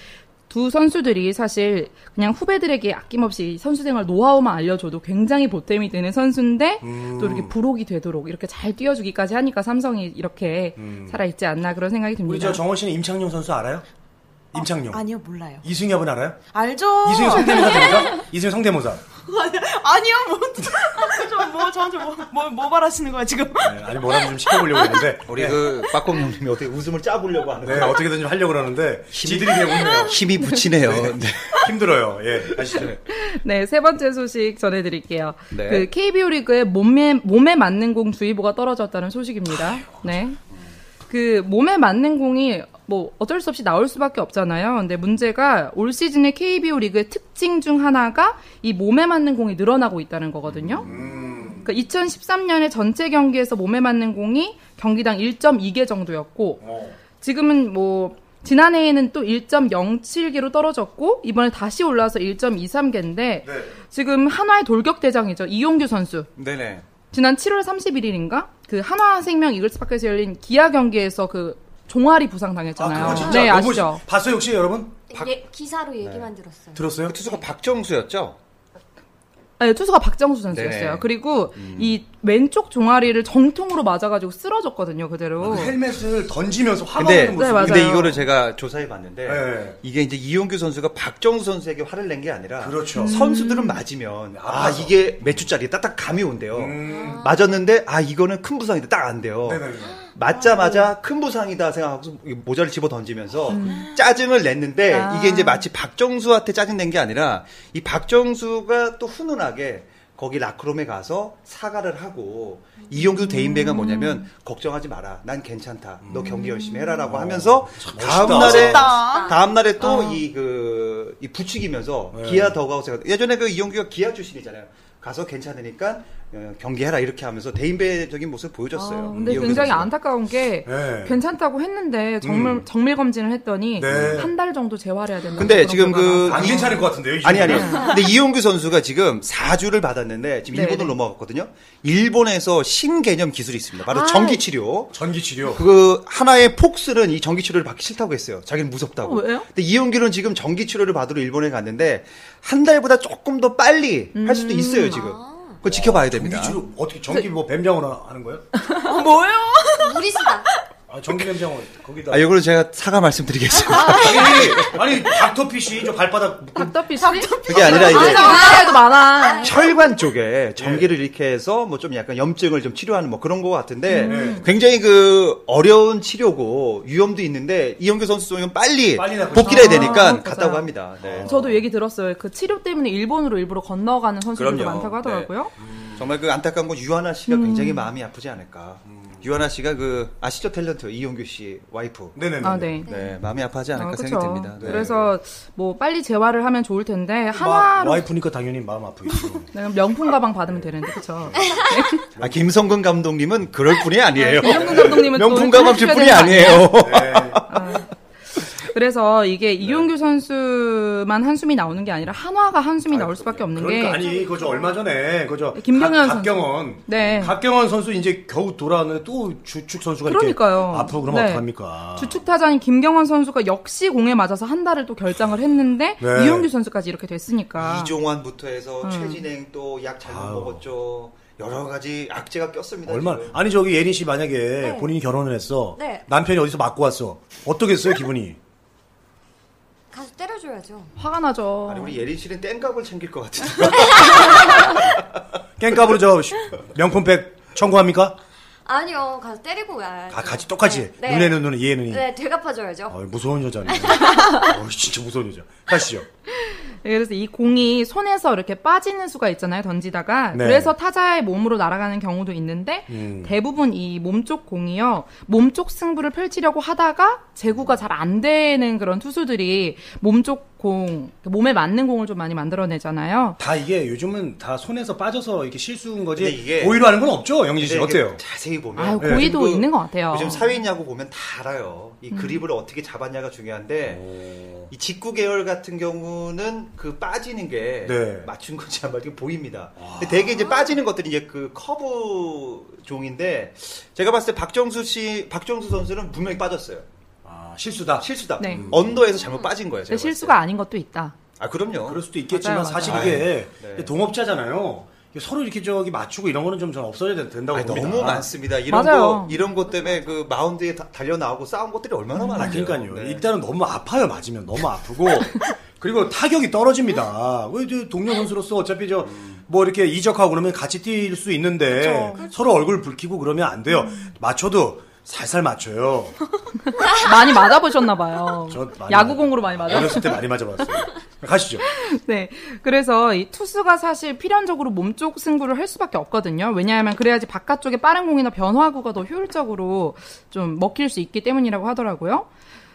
[SPEAKER 8] 두 선수들이 사실 그냥 후배들에게 아낌없이 선수 생활 노하우만 알려줘도 굉장히 보탬이 되는 선수인데 또 이렇게
[SPEAKER 5] 음.
[SPEAKER 8] 부록이 되도록 이렇게 잘 뛰어주기까지 하니까 삼성이 이렇게 살아있지 않나 그런 생각이
[SPEAKER 5] 음. 우리
[SPEAKER 8] 듭니다.
[SPEAKER 5] 저 정원 씨는 임창용 선수 알아요? 임창용.
[SPEAKER 7] 아니요, 몰라요.
[SPEAKER 5] 이승엽은 알아요?
[SPEAKER 7] 알죠.
[SPEAKER 5] 이승엽
[SPEAKER 8] 어.
[SPEAKER 5] 성대모사 됩니까? 이승엽 성대모사.
[SPEAKER 7] (laughs) (laughs) 아니요, 뭐, 저, 뭐, 저한테 뭐, 뭐, 뭐 말하시는 거야, 지금?
[SPEAKER 5] 네, 아니 뭐라도 좀 시켜보려고 했는데
[SPEAKER 4] 우리
[SPEAKER 5] 네.
[SPEAKER 4] 그 빠꼼 형님이 어떻게 웃음을 짜보려고 하는
[SPEAKER 5] 네,
[SPEAKER 4] 거예요.
[SPEAKER 5] 어떻게든 좀 하려고 그러는데 지들이 그냥 웃네요.
[SPEAKER 4] 힘이 붙이네요. 네.
[SPEAKER 5] 힘들어요. 예, 아시죠?
[SPEAKER 8] (laughs) 네, 세 번째 소식 전해드릴게요.
[SPEAKER 4] 네.
[SPEAKER 8] 그 KBO 리그에 몸에, 몸에 맞는 공 주의보가 떨어졌다는 소식입니다. 네. 그 몸에 맞는 공이 뭐 어쩔 수 없이 나올 수밖에 없잖아요. 근데 문제가 올 시즌의 KBO 리그의 특징 중 하나가 이 몸에 맞는 공이 늘어나고 있다는 거거든요. 그러니까 2013년에 전체 경기에서 몸에 맞는 공이 경기당 1.2개 정도였고 지금은 뭐 지난해에는 또 1.07개로 떨어졌고 이번에 다시 올라와서 1.23개인데 지금 한화의 돌격 대장이죠 이용규 선수
[SPEAKER 4] 네네.
[SPEAKER 8] 지난 7월 31일인가 그 한화생명 이글스파크에서 열린 기아 경기에서 그 종아리 부상
[SPEAKER 5] 아,
[SPEAKER 8] 당했잖아요.
[SPEAKER 5] 그거 진짜
[SPEAKER 8] 네
[SPEAKER 5] 너무
[SPEAKER 8] 아시죠?
[SPEAKER 5] 시- 봤어요 혹시 여러분?
[SPEAKER 6] 예, 기사로 얘기만 들었어요.
[SPEAKER 5] 들었어요?
[SPEAKER 4] 투수가 박정수였죠?
[SPEAKER 8] 네, 투수가 박정수 선수였어요.
[SPEAKER 4] 네네.
[SPEAKER 8] 그리고 이 왼쪽 종아리를 정통으로 맞아가지고 쓰러졌거든요 그대로.
[SPEAKER 5] 그 헬멧을 던지면서 화가
[SPEAKER 4] 근데,
[SPEAKER 5] 나는
[SPEAKER 8] 어. 네,
[SPEAKER 5] 모습.
[SPEAKER 8] 맞아요.
[SPEAKER 4] 근데 이거를 제가 조사해 봤는데
[SPEAKER 5] 네.
[SPEAKER 4] 이게 이제 이용규 선수가 박정수 선수에게 화를 낸 게 아니라 음.
[SPEAKER 5] 그렇죠.
[SPEAKER 4] 선수들은 맞으면 아
[SPEAKER 5] 아파서. 음.
[SPEAKER 4] 이게 몇 주짜리 딱딱 감이 온대요. 맞았는데 아 이거는 큰 부상이다 딱 안 돼요.
[SPEAKER 5] 네네네.
[SPEAKER 4] 맞자마자 큰 부상이다 생각하고 이 모자를 집어 던지면서 짜증을 냈는데 이게 이제 마치 박정수한테 짜증 낸 게 아니라 이 박정수가 또 훈훈하게 거기 라크롬에 가서 사과를 하고 이용규 대인배가 뭐냐면 걱정하지 마라 난 괜찮다 너 경기 열심히 해라라고 하면서 다음 날에
[SPEAKER 7] 멋있다.
[SPEAKER 4] 다음 날에 또 이 그 이 부추기면서 기아 더가우 제가 예전에 그 이용규가 기아 출신이잖아요 가서 괜찮으니까 어, 경기해라 이렇게 하면서 대인배적인 모습 을 보여줬어요.
[SPEAKER 8] 아, 근데
[SPEAKER 4] 이용규
[SPEAKER 8] 굉장히
[SPEAKER 4] 선수가.
[SPEAKER 8] 안타까운 게
[SPEAKER 5] 네.
[SPEAKER 8] 괜찮다고 했는데 정밀 정밀 검진을 했더니
[SPEAKER 5] 네.
[SPEAKER 8] 한 달 정도 재활해야 된다.
[SPEAKER 4] 근데 지금 그
[SPEAKER 5] 안 괜찮을 것 같은데요? 이
[SPEAKER 4] 아니 아니.
[SPEAKER 5] 정도면?
[SPEAKER 4] 근데 이용규 선수가 지금 4주를 받았는데 지금
[SPEAKER 8] 네,
[SPEAKER 4] 일본으로
[SPEAKER 8] 네.
[SPEAKER 4] 넘어갔거든요. 일본에서 신개념 기술이 있습니다. 바로
[SPEAKER 8] 아.
[SPEAKER 4] 전기 치료.
[SPEAKER 5] 전기 치료.
[SPEAKER 4] 그 하나의 폭스는 이 전기 치료를 받기 싫다고 했어요. 자기는 무섭다고.
[SPEAKER 8] 어, 왜요?
[SPEAKER 4] 근데 이용규는 지금 전기 치료를 받으러 일본에 갔는데 한 달보다 조금 더 빨리 할 수도
[SPEAKER 8] 음.
[SPEAKER 4] 있어요 지금.
[SPEAKER 8] 아.
[SPEAKER 4] 그거 지켜봐야 됩니다.
[SPEAKER 5] 전기 치료
[SPEAKER 8] 그
[SPEAKER 5] 어떻게 전기 뭐 뱀장어나 하는 거예요?
[SPEAKER 6] 무리수다.
[SPEAKER 5] 아, 전기 뱀장어 거기다.
[SPEAKER 4] 아, 요거는 제가 사과
[SPEAKER 8] 아.
[SPEAKER 4] 말씀드리겠습니다.
[SPEAKER 5] 아니, 아니 닥터피쉬 저 발바닥 묶은
[SPEAKER 8] 닥터피 씨.
[SPEAKER 4] 그게 아니라 이제
[SPEAKER 8] 도 많아. 예.
[SPEAKER 4] 혈관 쪽에 전기를 이렇게 해서 뭐 좀 약간 염증을 좀 치료하는 뭐 그런 거 같은데
[SPEAKER 8] 음.
[SPEAKER 4] 굉장히 그 어려운 치료고 위험도 있는데 이영규 선수 쪽은 빨리,
[SPEAKER 5] 빨리 낫고
[SPEAKER 4] 복귀를 해야
[SPEAKER 8] 싶다.
[SPEAKER 4] 되니까
[SPEAKER 8] 아,
[SPEAKER 4] 갔다고
[SPEAKER 8] 맞아요.
[SPEAKER 4] 합니다. 네.
[SPEAKER 8] 저도 얘기 들었어요. 그 치료 때문에 일본으로 일부러 건너가는 선수들도
[SPEAKER 4] 그럼요.
[SPEAKER 8] 많다고 하더라고요.
[SPEAKER 4] 정말 그 안타까운 건 유하나 씨가 굉장히 마음이 아프지 않을까. 유하나 씨가 그 아시죠 탤런트 이용규 씨 와이프.
[SPEAKER 5] 네네네.
[SPEAKER 8] 아, 네.
[SPEAKER 4] 네, 마음이 아파하지
[SPEAKER 8] 아,
[SPEAKER 4] 않을까 생각이
[SPEAKER 8] 그렇죠.
[SPEAKER 4] 듭니다. 네.
[SPEAKER 8] 그래서 뭐 빨리 재활을 하면 좋을 텐데
[SPEAKER 5] 마,
[SPEAKER 8] 하나로
[SPEAKER 5] 와이프니까 당연히 마음
[SPEAKER 8] (laughs)
[SPEAKER 5] 아프겠죠.
[SPEAKER 8] 내가 명품 가방 받으면 되는데 그렇죠.
[SPEAKER 4] 아, 김성근 감독님은 그럴 분이 아니에요.
[SPEAKER 8] 김성근 감독님은 또
[SPEAKER 4] 명품 가방 줄
[SPEAKER 8] 해주셔야
[SPEAKER 4] 분이
[SPEAKER 8] 되는 거 아니에요?
[SPEAKER 4] 아니에요.
[SPEAKER 8] (laughs) 그래서 이게 이용규 선수만 한숨이 나오는 게 아니라 한화가 한숨이 나올 수밖에 없는
[SPEAKER 5] 그러니까
[SPEAKER 8] 게
[SPEAKER 5] 아니 그저 얼마 전에 그저
[SPEAKER 8] 김병현
[SPEAKER 5] 가-
[SPEAKER 8] 선수.
[SPEAKER 5] 박경원
[SPEAKER 8] 네.
[SPEAKER 5] 박경원 선수 이제 겨우 돌아왔는데 또 주축 선수가
[SPEAKER 8] 그러니까요.
[SPEAKER 5] 이렇게 아프고 그러면
[SPEAKER 8] 네.
[SPEAKER 5] 어떡합니까?
[SPEAKER 8] 주축 타자인 김경원 선수가 역시 공에 맞아서 한 달을 또 결장을 했는데
[SPEAKER 5] 네.
[SPEAKER 8] 이용규 선수까지 이렇게 됐으니까
[SPEAKER 4] 이종환부터 해서
[SPEAKER 8] 음.
[SPEAKER 4] 최진행 또 약 잘못 먹었죠. 여러 가지 악재가 꼈습니다.
[SPEAKER 5] 네. 얼마
[SPEAKER 4] 지금.
[SPEAKER 5] 아니 저기 예린 씨 만약에
[SPEAKER 8] 네.
[SPEAKER 5] 본인이 결혼을 했어
[SPEAKER 6] 네.
[SPEAKER 5] 남편이 어디서 맞고 왔어 어떻겠어요 기분이?
[SPEAKER 6] 가서 때려줘야죠.
[SPEAKER 8] 화가 나죠.
[SPEAKER 4] 아니 우리 예린 씨는 땡각을 챙길 것
[SPEAKER 5] (laughs)
[SPEAKER 4] 같은데.
[SPEAKER 5] 깽값으로 저 시- 명품백 청구합니까?
[SPEAKER 6] 아니요, 가서 때리고 와야죠.
[SPEAKER 5] 아 같이 똑같이
[SPEAKER 6] 네.
[SPEAKER 5] 눈에는 눈에 이해는 이.
[SPEAKER 6] 네, 되갚아줘야죠.
[SPEAKER 5] 아, 무서운
[SPEAKER 8] (laughs)
[SPEAKER 5] 여자네. 어, 진짜 무서운 여자. 가시죠.
[SPEAKER 8] 예, 그래서 이 공이 손에서 이렇게 빠지는 수가 있잖아요, 던지다가.
[SPEAKER 5] 네.
[SPEAKER 8] 그래서 타자의 몸으로 날아가는 경우도 있는데, 대부분 이 몸쪽 공이요, 몸쪽 승부를 펼치려고 하다가, 제구가 잘 안 되는 그런 투수들이 몸쪽 공, 그러니까 몸에 맞는 공을 좀 많이 만들어내잖아요.
[SPEAKER 5] 다 이게 요즘은 다 손에서 빠져서 이렇게 실수인 거지.
[SPEAKER 4] 근데 이게-
[SPEAKER 5] 오히려 하는 건 없죠, 영진 씨.
[SPEAKER 4] 근데
[SPEAKER 5] 어때요? 네.
[SPEAKER 4] 이게 네, 자세히 보면
[SPEAKER 8] 아유,
[SPEAKER 4] 예.
[SPEAKER 8] 고의도
[SPEAKER 4] 그리고
[SPEAKER 8] 있는 것 같아요. 음.
[SPEAKER 4] 요즘 사회인 야구 보면 다 알아요. 이 그립을 어떻게 잡았냐가 중요한데 이 직구 계열 같은 경우는 그 빠지는 게
[SPEAKER 5] 네. 아.
[SPEAKER 4] 맞춘 건지 안 맞게 보입니다. 근데 되게 이제 빠지는 것들이 이제 그 커브 종인데 제가 봤을 때 박정수 씨, 박정수 선수는 분명히 빠졌어요.
[SPEAKER 5] 아, 실수다. 음.
[SPEAKER 4] 실수다.
[SPEAKER 8] 네.
[SPEAKER 4] 언더에서 잘못 빠진 거예요. 제가
[SPEAKER 8] 근데
[SPEAKER 4] 봤을
[SPEAKER 8] 실수가
[SPEAKER 4] 때.
[SPEAKER 8] 아닌 것도 있다.
[SPEAKER 4] 아 그럼요.
[SPEAKER 5] 그럴 수도 있겠지만
[SPEAKER 8] 맞아요, 맞아요.
[SPEAKER 5] 사실 이게
[SPEAKER 4] 아유, 네.
[SPEAKER 5] 동업자잖아요. 이게 서로 이렇게 저기 맞추고 이런 거는 좀 전 없어야 된- 된다고
[SPEAKER 4] 아니,
[SPEAKER 5] 봅니다.
[SPEAKER 4] 너무 많습니다. 이런
[SPEAKER 8] 맞아요.
[SPEAKER 4] 거 이런 것 때문에 그 마운드에 다- 달려 나오고 싸운 것들이 얼마나
[SPEAKER 5] 아,
[SPEAKER 4] 많아요.
[SPEAKER 5] 그러니까요.
[SPEAKER 4] 네.
[SPEAKER 5] 일단은 너무 아파요, 맞으면. 너무 아프고. (laughs) 그리고 타격이 떨어집니다. 왜저 동료 선수로서 어차피 저 뭐 이렇게
[SPEAKER 4] 그렇죠.
[SPEAKER 5] 이적하고 그러면 같이 뛸 수 있는데 서로 얼굴 붉히고 그러면 안 돼요. 맞춰도 살살 맞춰요.
[SPEAKER 8] 많이 맞아보셨나봐요.
[SPEAKER 5] 저 많이
[SPEAKER 8] 야구공으로 많이
[SPEAKER 5] 맞-
[SPEAKER 8] 맞아.
[SPEAKER 5] 어렸을 때 많이 맞아봤어요. 가시죠.
[SPEAKER 8] (laughs) 네. 그래서 이 투수가 사실 필연적으로 몸쪽 승부를 할 수밖에 없거든요. 왜냐하면 그래야지 바깥쪽에 빠른 공이나 변화구가 더 효율적으로 좀 먹힐 수 있기 때문이라고 하더라고요.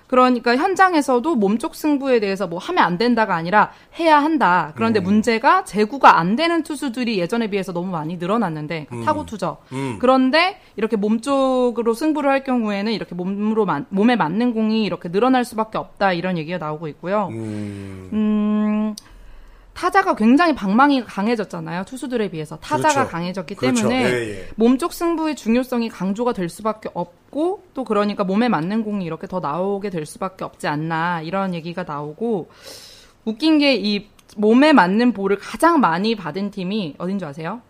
[SPEAKER 8] 그러니까 현장에서도 몸쪽 승부에 대해서 뭐 하면 안 된다가 아니라 해야 한다. 그런데 문제가 재구가 안 되는 투수들이 예전에 비해서 너무 많이 늘어났는데 그러니까 타구 투죠. 그런데 이렇게 몸쪽으로 승부를 할 경우에는 이렇게 몸으로 만- 몸에 맞는 공이 이렇게 늘어날 수밖에 없다 이런 얘기가 나오고 있고요. 음, 타자가 굉장히 방망이가 강해졌잖아요. 투수들에 비해서 타자가
[SPEAKER 5] 그렇죠.
[SPEAKER 8] 강해졌기
[SPEAKER 5] 그렇죠.
[SPEAKER 8] 때문에
[SPEAKER 5] 예, 예.
[SPEAKER 8] 몸쪽 승부의 중요성이 강조가 될 수밖에 없고 또 그러니까 몸에 맞는 공이 이렇게 더 나오게 될 수밖에 없지 않나 이런 얘기가 나오고 웃긴 게 이 몸에 맞는 볼을 가장 많이 받은 팀이 어딘 줄 아세요?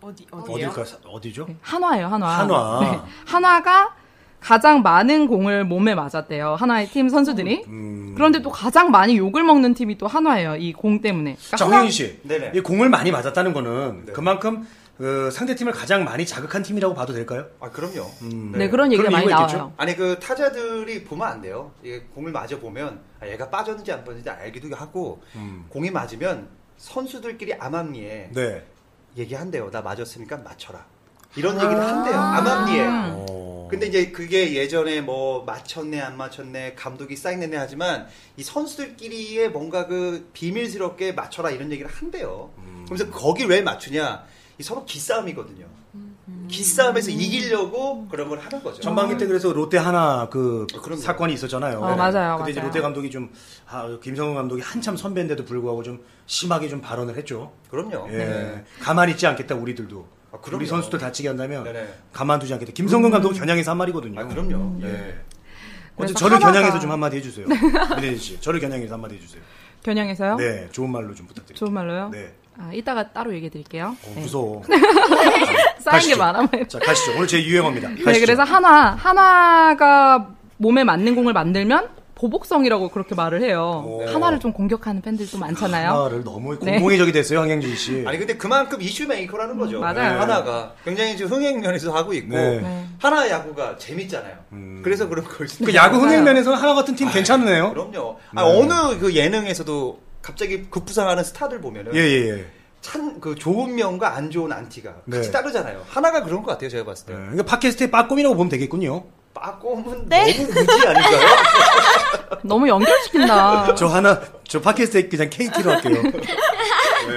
[SPEAKER 7] 어디 어디요?
[SPEAKER 5] 어딜까 사- 어디죠?
[SPEAKER 8] 네. 한화예요, 한화. 네,
[SPEAKER 5] 한화.
[SPEAKER 8] 한화가 가장 많은 공을 몸에 맞았대요. 한화의 팀 선수들이.
[SPEAKER 5] 음,
[SPEAKER 8] 그런데 또 가장 많이 욕을 먹는 팀이 또 한화예요. 이 공 때문에. 그러니까
[SPEAKER 5] 자,
[SPEAKER 8] 한화-
[SPEAKER 5] 홍영희 씨.
[SPEAKER 4] 네네. 네.
[SPEAKER 5] 이 공을 많이 맞았다는 거는 그만큼 어, 상대팀을 가장 많이 자극한 팀이라고 봐도 될까요?
[SPEAKER 4] 아 그럼요.
[SPEAKER 5] 음.
[SPEAKER 8] 네, 그런 얘기가
[SPEAKER 5] 그럼
[SPEAKER 8] 많이
[SPEAKER 5] 이유가
[SPEAKER 8] 나와요.
[SPEAKER 5] 있겠죠?
[SPEAKER 4] 아니 그 타자들이 보면 안 돼요. 이게 공을 맞아 보면 아, 얘가 빠졌는지 안 빠졌는지 알기도 하고 공이 맞으면 선수들끼리 암암리에
[SPEAKER 5] 음. 네.
[SPEAKER 4] 얘기한대요. 나 맞았으니까 맞춰라. 이런 얘기를 한대요. 암암리에.
[SPEAKER 5] 어.
[SPEAKER 4] 근데 이제 그게 예전에 뭐 맞췄네 안 맞췄네 감독이 사인했네 하지만 이 선수들끼리의 뭔가 그 비밀스럽게 맞춰라 이런 얘기를 한대요.
[SPEAKER 5] 음.
[SPEAKER 4] 그러면서 거기 왜 맞추냐? 이 서로 기싸움이거든요. 기싸움에서 이기려고 그런 걸 하는 거죠.
[SPEAKER 5] 전반기 때 그래서 롯데 하나 그
[SPEAKER 4] 어, 그럼요.
[SPEAKER 5] 사건이 있었잖아요.
[SPEAKER 8] 아. 어, 맞아요,
[SPEAKER 5] 근데 이제
[SPEAKER 8] 맞아요.
[SPEAKER 5] 롯데 감독이 좀 아, 김성훈 감독이 한참 선배인데도 불구하고 좀 심하게 좀 발언을 했죠.
[SPEAKER 4] 그럼요. 네.
[SPEAKER 5] 예.
[SPEAKER 8] 네.
[SPEAKER 5] 가만히 있지 않겠다 우리들도.
[SPEAKER 4] 아, 그럼요.
[SPEAKER 5] 우리 선수들 다치게 한다면
[SPEAKER 4] 네네.
[SPEAKER 5] 가만두지 않겠다. 김성근 감독 겨냥해서 한 말이거든요.
[SPEAKER 4] 아 그럼요.
[SPEAKER 5] 예.
[SPEAKER 4] 예.
[SPEAKER 5] 어제
[SPEAKER 8] 그래서
[SPEAKER 5] 저를
[SPEAKER 8] 하나가- 네.
[SPEAKER 5] 겨냥해서 좀 한마디
[SPEAKER 8] (laughs)
[SPEAKER 5] 해주세요. 민혜진 씨, 저를 겨냥해서 한마디 해주세요.
[SPEAKER 8] 겨냥해서요?
[SPEAKER 5] 네, 좋은 말로 좀 부탁드립니다.
[SPEAKER 8] 좋은 말로요?
[SPEAKER 5] 네.
[SPEAKER 8] 아, 이따가 따로 얘기해 드릴게요.
[SPEAKER 5] 어,
[SPEAKER 8] 네.
[SPEAKER 5] 무서워.
[SPEAKER 8] (laughs) 쌓인
[SPEAKER 5] 가시죠.
[SPEAKER 8] 게 많아. 네,
[SPEAKER 5] 자, 가시죠. 오늘 제 유행어입니다. 가시죠.
[SPEAKER 8] 그래서 한화, 한화가 몸에 맞는 공을 만들면 보복성이라고 그렇게 말을 해요.
[SPEAKER 5] 오.
[SPEAKER 8] 한화를 좀 공격하는 팬들도 많잖아요.
[SPEAKER 5] 하나를 너무
[SPEAKER 8] 네.
[SPEAKER 5] 공공의적이 됐어요, 황영진 씨.
[SPEAKER 4] 아니 근데 그만큼 이슈 메이커라는 거죠.
[SPEAKER 8] 맞아요. 네.
[SPEAKER 4] 하나가 굉장히 지금 흥행 면에서 하고 있고
[SPEAKER 5] 네.
[SPEAKER 8] 네.
[SPEAKER 4] 하나 야구가 재밌잖아요. 그래서 그런 걸 수도
[SPEAKER 5] 그
[SPEAKER 4] 있어요.
[SPEAKER 5] 야구 흥행 면에서 하나 같은 팀 괜찮네요.
[SPEAKER 4] 그럼요. 아,
[SPEAKER 5] 네.
[SPEAKER 4] 어느 그 예능에서도 갑자기 급부상하는 스타들 보면은
[SPEAKER 5] 예, 예, 예.
[SPEAKER 4] 참 그 좋은 면과 안 좋은 안티가 같이
[SPEAKER 5] 네.
[SPEAKER 4] 따르잖아요. 하나가 그런 것 같아요. 제가 봤을 때.
[SPEAKER 5] 네, 그러니까 팟캐스트의 빠꼼이라고 보면 되겠군요.
[SPEAKER 4] 빠꼼은
[SPEAKER 7] 네.
[SPEAKER 4] 너무 무지 아닌가요?
[SPEAKER 5] (laughs)
[SPEAKER 8] 너무 연결시킨다.
[SPEAKER 5] 저 하나, 저 팟캐스트에 그냥 KT로 할게요.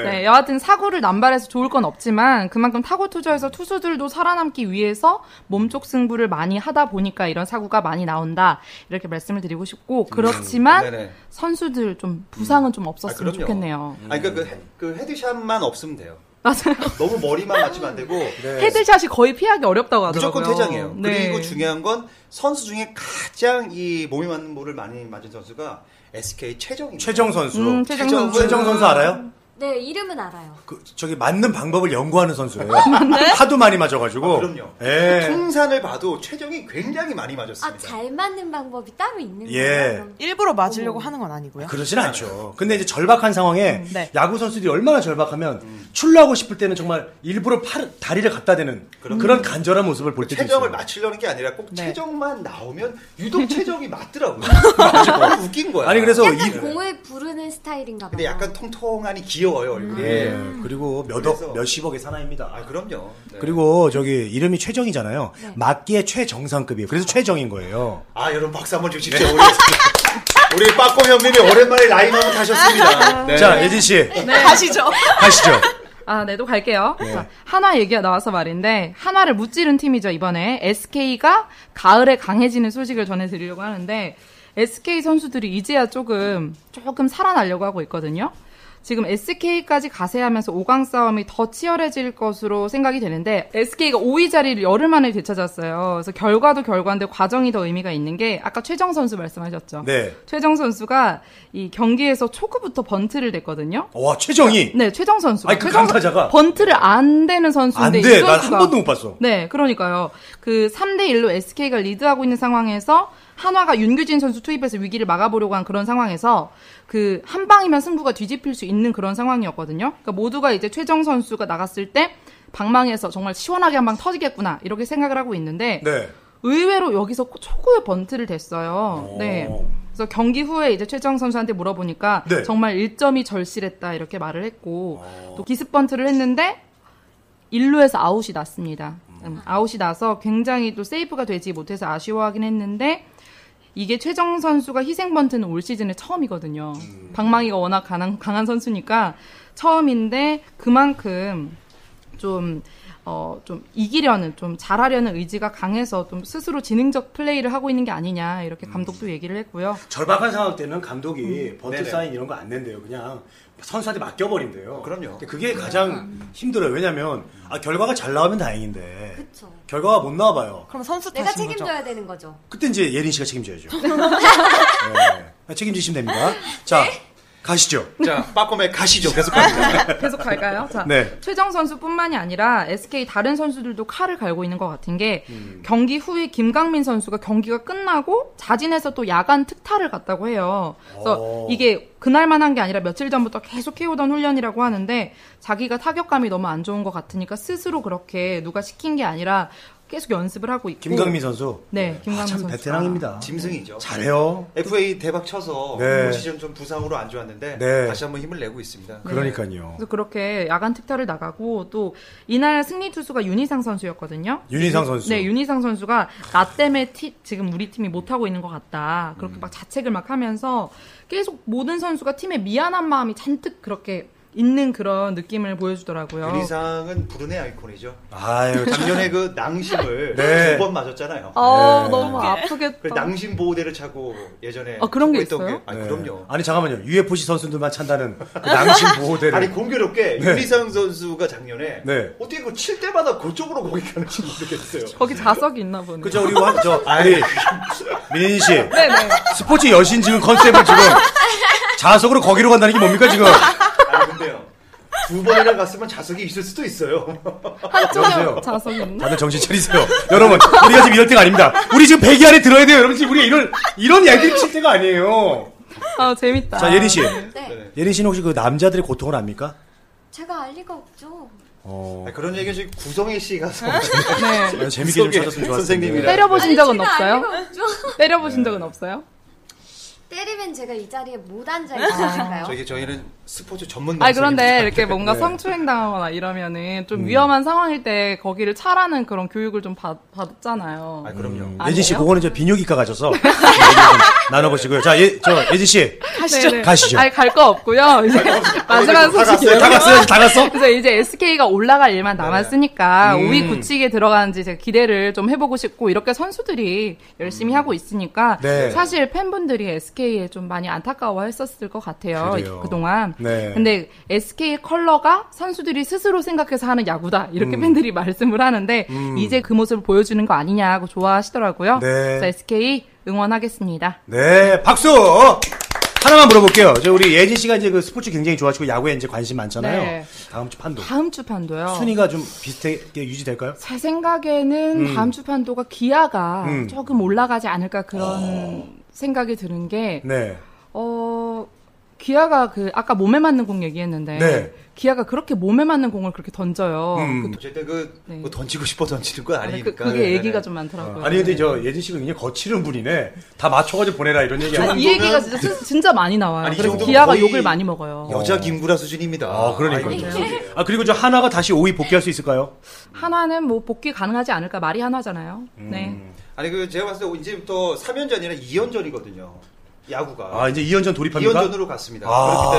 [SPEAKER 8] 네, 여하튼 사고를 남발해서 좋을 건 없지만 그만큼 타고 투자에서 투수들도 살아남기 위해서 몸쪽 승부를 많이 하다 보니까 이런 사고가 많이 나온다 이렇게 말씀을 드리고 싶고 (laughs) 그렇지만
[SPEAKER 4] 음, 네네.
[SPEAKER 8] 선수들 좀 부상은 좀
[SPEAKER 4] 아,
[SPEAKER 8] 없었으면
[SPEAKER 4] 그럼요.
[SPEAKER 8] 좋겠네요.
[SPEAKER 4] 아, 그러니까 그, 헤- 그 헤드샷만 없으면 돼요.
[SPEAKER 8] 맞아요.
[SPEAKER 4] 너무 머리만 맞추면 안
[SPEAKER 5] (laughs)
[SPEAKER 4] 되고
[SPEAKER 5] 네.
[SPEAKER 8] 헤드샷이 거의 피하기 어렵다고 하더라고요.
[SPEAKER 4] 네. 무조건 퇴장이에요.
[SPEAKER 8] 네.
[SPEAKER 4] 그리고 중요한 건 선수 중에 가장 이 몸이 맞는 볼을 많이 맞은 선수가 SK 최정입니다.
[SPEAKER 5] (laughs) 최정 선수.
[SPEAKER 8] 음, 최정
[SPEAKER 5] 최정,
[SPEAKER 8] 선수.
[SPEAKER 5] 최정 선수 알아요?
[SPEAKER 6] 네, 이름은 알아요.
[SPEAKER 5] 그, 저기 맞는 방법을 연구하는
[SPEAKER 8] (laughs)
[SPEAKER 5] 선수예요. 네? 하도 많이 맞아가지고.
[SPEAKER 4] 아, 그럼요.
[SPEAKER 8] 음.
[SPEAKER 5] 예.
[SPEAKER 4] 통산을 봐도 최정이 굉장히 많이
[SPEAKER 6] 아,
[SPEAKER 4] 맞았습니다.
[SPEAKER 6] 잘 맞는 방법이 따로 있는
[SPEAKER 5] 예.
[SPEAKER 6] 거예요? 그럼?
[SPEAKER 7] 일부러 맞으려고 하는 건 아니고요.
[SPEAKER 5] 그러진 않죠. 근데 이제 절박한 상황에
[SPEAKER 8] 음,
[SPEAKER 7] 네.
[SPEAKER 5] 야구 선수들이 얼마나 절박하면 출루하고 싶을 때는 정말 일부러 팔, 다리를 갖다 대는 그런, 간절한 모습을 볼 때도
[SPEAKER 4] 최정을
[SPEAKER 5] 있어요.
[SPEAKER 4] 맞추려는 게 아니라 꼭
[SPEAKER 8] 네.
[SPEAKER 4] 최정만 나오면
[SPEAKER 5] (laughs)
[SPEAKER 4] 유독 최정이 맞더라고요. 맞아. 웃긴 거야.
[SPEAKER 5] 아니 그래서
[SPEAKER 6] 약간
[SPEAKER 5] 이
[SPEAKER 6] 공을 부르는 스타일인가 봐요.
[SPEAKER 4] 근데 약간 통통하니 귀여워요 얼굴이.
[SPEAKER 5] 예, 그리고
[SPEAKER 4] 그래서-
[SPEAKER 5] 몇억 몇십억의 사나입니다.
[SPEAKER 4] 아 그럼요. 네.
[SPEAKER 5] 그리고 저기 이름이 최정이잖아요.
[SPEAKER 8] 네.
[SPEAKER 5] 맞기에 최정상급이에요.
[SPEAKER 8] 아.
[SPEAKER 5] 그래서 최정인 거예요.
[SPEAKER 4] 아 여러분 박수 한번 주십시오. 우리 (laughs) 우리 빠꼬 현민이 오랜만에 라인 한번 타셨습니다. 네.
[SPEAKER 5] 자, 예진 씨
[SPEAKER 4] (laughs)
[SPEAKER 7] 가시죠.
[SPEAKER 5] 가시죠.
[SPEAKER 8] (laughs) 아, 네, 또 갈게요. 자, 한화 얘기가 나와서 말인데, 한화를 무찌른 팀이죠, 이번에. SK가 가을에 강해지는 소식을 전해드리려고 하는데, SK 선수들이 이제야 조금, 조금 살아나려고 하고 있거든요. 지금 SK까지 가세하면서 5강 싸움이 더 치열해질 것으로 생각이 되는데, SK가 5위 자리를 열흘 만에 되찾았어요. 그래서 결과도 결과인데 과정이 더 의미가 있는 게, 아까 최정 선수 말씀하셨죠.
[SPEAKER 5] 네.
[SPEAKER 8] 최정 선수가 이 경기에서 초구부터 번트를 냈거든요.
[SPEAKER 5] 와, 최정이
[SPEAKER 8] 네, 최정 선수.
[SPEAKER 5] 아니, 그 강타자가.
[SPEAKER 8] 번트를 안 되는
[SPEAKER 5] 안
[SPEAKER 8] 선수인데 네, 이
[SPEAKER 5] 돼. 난 한
[SPEAKER 8] 선수가-
[SPEAKER 5] 번도 못 봤어.
[SPEAKER 8] 네, 그러니까요. 그 3대 1로 SK가 리드하고 있는 상황에서 한화가 윤규진 선수 투입해서 위기를 막아보려고 한 그런 상황에서 그 한 방이면 승부가 뒤집힐 수 있는 그런 상황이었거든요. 그러니까 모두가 이제 최정 선수가 나갔을 때 방망에서 정말 시원하게 한 방 터지겠구나 이렇게 생각을 하고 있는데
[SPEAKER 5] 네.
[SPEAKER 8] 의외로 여기서 초구의 번트를 댔어요. 네. 그래서 경기 후에 이제 최정 선수한테 물어보니까
[SPEAKER 5] 네.
[SPEAKER 8] 정말 1점이 절실했다 이렇게 말을 했고 또 기습 번트를 했는데 1루에서 아웃이 났습니다. 음, 아웃이 나서 굉장히 또 세이프가 되지 못해서 아쉬워하긴 했는데 이게 최정 선수가 희생 번트는 올 시즌에 처음이거든요. 방망이가 워낙 강한, 강한 선수니까 처음인데 그만큼 좀, 어, 좀 이기려는, 좀 잘하려는 의지가 강해서 좀 스스로 지능적 플레이를 하고 있는 게 아니냐, 이렇게 감독도
[SPEAKER 5] 음.
[SPEAKER 8] 얘기를 했고요.
[SPEAKER 5] 절박한 상황 때는 감독이
[SPEAKER 8] 음.
[SPEAKER 5] 버트
[SPEAKER 4] 네네.
[SPEAKER 5] 사인 이런 거 안 낸대요. 그냥 선수한테 맡겨버린대요.
[SPEAKER 4] 그럼요.
[SPEAKER 5] 근데 그게
[SPEAKER 8] 음.
[SPEAKER 5] 가장 힘들어요. 왜냐면 아, 결과가 잘 나오면 다행인데
[SPEAKER 6] 그쵸.
[SPEAKER 5] 결과가 못 나와봐요.
[SPEAKER 7] 그럼 선수
[SPEAKER 6] 내가
[SPEAKER 7] 탓인 거죠?
[SPEAKER 6] 책임져야 되는 거죠.
[SPEAKER 5] 그때 이제 예린 씨가
[SPEAKER 8] (laughs)
[SPEAKER 5] 책임져야죠. 네. 책임지시면 됩니다. 자
[SPEAKER 8] 네.
[SPEAKER 5] 가시죠.
[SPEAKER 4] 자, 빠꼼에 가시죠. 계속 가시죠.
[SPEAKER 8] 계속 갈까요? 자,
[SPEAKER 5] 네.
[SPEAKER 8] 최정 선수뿐만이 아니라 SK 다른 선수들도 칼을 갈고 있는 것 같은 게
[SPEAKER 5] 음.
[SPEAKER 8] 경기 후에 김강민 선수가 경기가 끝나고 자진해서 또 야간 특타를 갔다고 해요. 그래서
[SPEAKER 5] 오.
[SPEAKER 8] 이게 그날만 한 게 아니라 며칠 전부터 계속 해오던 훈련이라고 하는데 자기가 타격감이 너무 안 좋은 것 같으니까 스스로 그렇게 누가 시킨 게 아니라 계속 연습을 하고 있고
[SPEAKER 5] 김강민 선수.
[SPEAKER 8] 네, 김강민
[SPEAKER 5] 아, 참
[SPEAKER 8] 선수가.
[SPEAKER 5] 베테랑입니다.
[SPEAKER 4] 짐승이죠.
[SPEAKER 5] 잘해요.
[SPEAKER 4] FA 대박 쳐서
[SPEAKER 5] 네.
[SPEAKER 4] 올 시즌 좀 부상으로 안 좋았는데
[SPEAKER 5] 네.
[SPEAKER 4] 다시 한번 힘을 내고 있습니다.
[SPEAKER 5] 그러니까요.
[SPEAKER 8] 그래서 그렇게 야간 특타를 나가고 또 이날 승리 투수가 윤희상 선수였거든요.
[SPEAKER 5] 윤희상 선수.
[SPEAKER 8] 네, 윤희상 선수가 나 때문에 티- 지금 우리 팀이 못 하고 있는 것 같다. 그렇게
[SPEAKER 5] 음.
[SPEAKER 8] 막 자책을 막 하면서 계속 모든 선수가 팀에 미안한 마음이 잔뜩 그렇게 있는 그런 느낌을 보여주더라고요.
[SPEAKER 4] 유리상은 그 불운의 아이콘이죠.
[SPEAKER 5] 아유 참.
[SPEAKER 4] 작년에 그 낭심을
[SPEAKER 5] 네.
[SPEAKER 4] 두 번 맞았잖아요.
[SPEAKER 8] 어,
[SPEAKER 5] 네.
[SPEAKER 8] 너무
[SPEAKER 4] 그
[SPEAKER 8] 아프겠다.
[SPEAKER 4] 낭심 보호대를 차고 예전에
[SPEAKER 8] 아, 그런 게
[SPEAKER 4] 했던
[SPEAKER 8] 있어요?
[SPEAKER 4] 아,
[SPEAKER 5] 네.
[SPEAKER 4] 그럼요.
[SPEAKER 5] 아니 잠깐만요. UFC 선수들만 찬다는 그 낭심 보호대를.
[SPEAKER 4] 아니 공교롭게 유리상 선수가 작년에
[SPEAKER 5] 네.
[SPEAKER 4] 어떻게 그 칠 때마다 그쪽으로 공격하는지 모르겠어요.
[SPEAKER 8] 거기 자석이 있나 보네.
[SPEAKER 5] 그죠 우리 와- 저 아니 민희 씨
[SPEAKER 8] 네네.
[SPEAKER 5] 스포츠 여신 지금 컨셉을 지금 자석으로 거기로 간다는 게 뭡니까 지금?
[SPEAKER 4] 아 근데요 두 번이나 갔으면 자석이 있을 수도 있어요.
[SPEAKER 5] 여보세요?
[SPEAKER 8] 한쪽에 자석이 있나?
[SPEAKER 5] 다들 정신 차리세요. 여러분, 우리가 지금 이럴 때가 아닙니다. 우리 지금 배기 안에 들어야 돼요. 여러분, 지금 우리가 이런, 이런 얘기를 칠 때가 아니에요.
[SPEAKER 8] 아, 재밌다.
[SPEAKER 5] 자, 예린 씨.
[SPEAKER 6] 네.
[SPEAKER 4] 네.
[SPEAKER 5] 예린 씨는 혹시 그 남자들의 고통을 압니까?
[SPEAKER 6] 제가 알 리가 없죠.
[SPEAKER 5] 어.
[SPEAKER 4] 아, 그런 얘기 지금 구성애 씨가
[SPEAKER 8] (laughs) 네.
[SPEAKER 5] 아, 재밌게 좀
[SPEAKER 4] 구성애
[SPEAKER 5] 찾았으면 좋았을 텐데.
[SPEAKER 4] 선생님이랑.
[SPEAKER 8] 때려보신 적은
[SPEAKER 6] 제가 알
[SPEAKER 8] 없어요?
[SPEAKER 6] 리가 없죠.
[SPEAKER 8] 때려보신 적은 없어요?
[SPEAKER 6] 때리면 제가 이 자리에 못 앉아 있으니까요.
[SPEAKER 4] 저희 저희는 스포츠 전문
[SPEAKER 8] 아니
[SPEAKER 4] 방송입니다.
[SPEAKER 8] 그런데 이렇게 뭔가
[SPEAKER 5] 네.
[SPEAKER 8] 성추행 당하거나 이러면은 좀 위험한 상황일 때 거기를 차라는 그런 교육을 좀 받, 받잖아요.
[SPEAKER 4] 아 그럼요.
[SPEAKER 5] 예진 씨,
[SPEAKER 8] 아니에요?
[SPEAKER 5] 그거는 저 비뇨기과
[SPEAKER 8] (laughs)
[SPEAKER 5] 가셔서 얘기 좀 나눠보시고요. 자, 예, 저, 예진 씨.
[SPEAKER 8] 가시죠.
[SPEAKER 5] 가시죠.
[SPEAKER 8] 네, 아니 갈 거 없고요. 이제 마지막 소식이요.
[SPEAKER 5] 다 갔어요? 다 갔어?
[SPEAKER 8] (laughs) 그래서 이제 SK가 올라갈 일만 남았으니까
[SPEAKER 5] 네. 음.
[SPEAKER 8] 5위 굳히게 들어가는지 제가 기대를 좀 해보고 싶고 이렇게 선수들이 열심히 하고 있으니까
[SPEAKER 5] 음. 네.
[SPEAKER 8] 사실 팬분들이 SK에 좀 많이 안타까워했었을 것 같아요
[SPEAKER 5] 그래요.
[SPEAKER 8] 그동안
[SPEAKER 5] 네.
[SPEAKER 8] 근데 SK 의 컬러가 선수들이 스스로 생각해서 하는 야구다 이렇게
[SPEAKER 5] 음.
[SPEAKER 8] 팬들이 (laughs) 말씀을 하는데 이제 그 모습을 보여주는 거 아니냐고 좋아하시더라고요.
[SPEAKER 5] 네.
[SPEAKER 8] 그래서 SK 응원하겠습니다.
[SPEAKER 5] 네, 박수! 하나만 물어볼게요. 저 우리 예진 씨가 이제 그 스포츠 굉장히 좋아하시고 야구에 이제 관심 많잖아요.
[SPEAKER 8] 네. 어.
[SPEAKER 5] 다음 주 판도.
[SPEAKER 8] 다음 주 판도요.
[SPEAKER 5] 순위가 좀 비슷하게 유지될까요?
[SPEAKER 8] 제 생각에는 다음 주 판도가 기아가
[SPEAKER 5] 음.
[SPEAKER 8] 조금 올라가지 않을까 그런
[SPEAKER 4] 어.
[SPEAKER 8] 생각이 드는 게,
[SPEAKER 5] 네.
[SPEAKER 8] 어, 기아가 그, 아까 몸에 맞는 공 얘기했는데,
[SPEAKER 5] 네.
[SPEAKER 8] 기아가 그렇게 몸에 맞는 공을 그렇게 던져요.
[SPEAKER 5] 음.
[SPEAKER 4] 어쨌든 그,
[SPEAKER 8] 네.
[SPEAKER 4] 뭐 던지고 싶어 던지는 건
[SPEAKER 8] 그,
[SPEAKER 4] 아니니까.
[SPEAKER 8] 게
[SPEAKER 4] 네,
[SPEAKER 8] 얘기가
[SPEAKER 4] 네.
[SPEAKER 8] 좀 많더라고요.
[SPEAKER 5] 어, 아니 근데 저 예진 씨가 굉장히 거칠은 분이네. 다 맞춰가지고 보내라 이런 얘기
[SPEAKER 8] 아니, 예.
[SPEAKER 5] 아니에요?
[SPEAKER 8] 이 얘기가 진짜, 진- 진짜 많이 나와요.
[SPEAKER 4] 아니, 이
[SPEAKER 8] 그래서
[SPEAKER 4] 정도면
[SPEAKER 8] 기아가
[SPEAKER 4] 거의
[SPEAKER 8] 욕을 많이 먹어요.
[SPEAKER 4] 여자 김구라 수준입니다.
[SPEAKER 5] 아 그러니까요.
[SPEAKER 4] 아이고,
[SPEAKER 5] 아 그리고 저 하나가 다시 5위 복귀할 수 있을까요?
[SPEAKER 8] 하나는 뭐 복귀 가능하지 않을까 말이 하나잖아요. 네.
[SPEAKER 4] 아니 그 제가 봤을 때 이제부터 3연전이 아니라 2연전이거든요. 야구가.
[SPEAKER 5] 아 이제 2연전 돌입합니까?
[SPEAKER 4] 2연전으로 갔습니다.
[SPEAKER 5] 아. 음.
[SPEAKER 4] 그렇기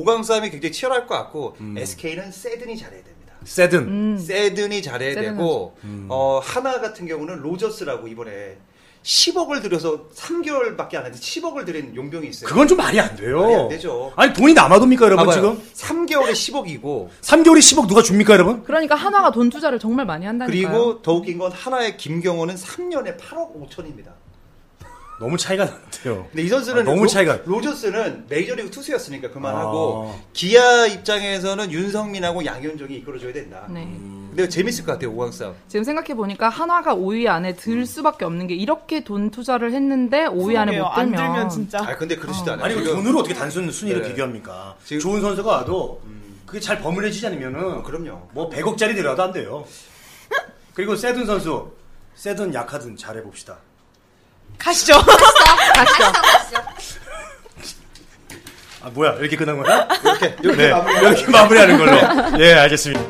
[SPEAKER 4] 때문에 5강 싸움이 굉장히 치열할 것 같고 SK는 세든이 잘해야 됩니다.
[SPEAKER 5] 세든.
[SPEAKER 4] 세든이 잘해야
[SPEAKER 8] 음. 세든은-
[SPEAKER 4] 되고 어, 하나 같은 경우는 로저스라고 이번에 10억을 들여서 3개월밖에 안 했는데 10억을 들인 용병이 있어요.
[SPEAKER 5] 그건 좀 말이 안 돼요.
[SPEAKER 4] 네. 말이 안 되죠.
[SPEAKER 5] 아니 돈이 남아돕니까 여러분 지금?
[SPEAKER 4] 3개월에 10억이고
[SPEAKER 5] 3개월에 10억 누가 줍니까 여러분?
[SPEAKER 8] 그러니까 하나가 돈 투자를 정말 많이 한다니까요.
[SPEAKER 4] 그리고 더 웃긴 건 하나의 김경호는 3년에 8억 5천입니다.
[SPEAKER 5] 너무 차이가 나는데요.
[SPEAKER 4] 근데 이 선수는 그
[SPEAKER 5] 아, 너무
[SPEAKER 4] 로,
[SPEAKER 5] 차이가-
[SPEAKER 4] 로저스는 메이저리그 투수였으니까 그만하고
[SPEAKER 5] 아.
[SPEAKER 4] 기아 입장에서는 윤성민하고 양현종이 이끌어줘야 된다.
[SPEAKER 8] 네.
[SPEAKER 4] 근데 재밌을 것 같아요 오강 싸움.
[SPEAKER 8] 지금 생각해보니까 한화가 5위 안에 들 수밖에 없는 게 이렇게 돈 투자를 했는데 5위 안에
[SPEAKER 7] 음.
[SPEAKER 8] 못
[SPEAKER 7] 그러게요. 안
[SPEAKER 8] 들면.
[SPEAKER 7] 들면 진짜
[SPEAKER 4] 아 근데 그러지도
[SPEAKER 8] 어.
[SPEAKER 4] 않아요.
[SPEAKER 5] 아니 그
[SPEAKER 4] 지금-
[SPEAKER 5] 돈으로 어떻게 단순 순위를
[SPEAKER 4] 네.
[SPEAKER 5] 비교합니까?
[SPEAKER 4] 지금- 음. 아,
[SPEAKER 5] 좋은 선수가 와도 그게 잘 버무려지지 않으면은
[SPEAKER 4] 그럼요.
[SPEAKER 5] 뭐 100억짜리 데려와도 안 돼요. 그리고 세든 선수 세든 약하든 잘해봅시다.
[SPEAKER 7] 가시죠.
[SPEAKER 6] 다시 가보시죠.
[SPEAKER 5] 아 뭐야 이렇게 끝난 거야?
[SPEAKER 4] 이렇게 이렇게
[SPEAKER 5] 네,
[SPEAKER 4] 마무리.
[SPEAKER 5] 이렇게 마무리하는 걸로. 예, 알겠습니다.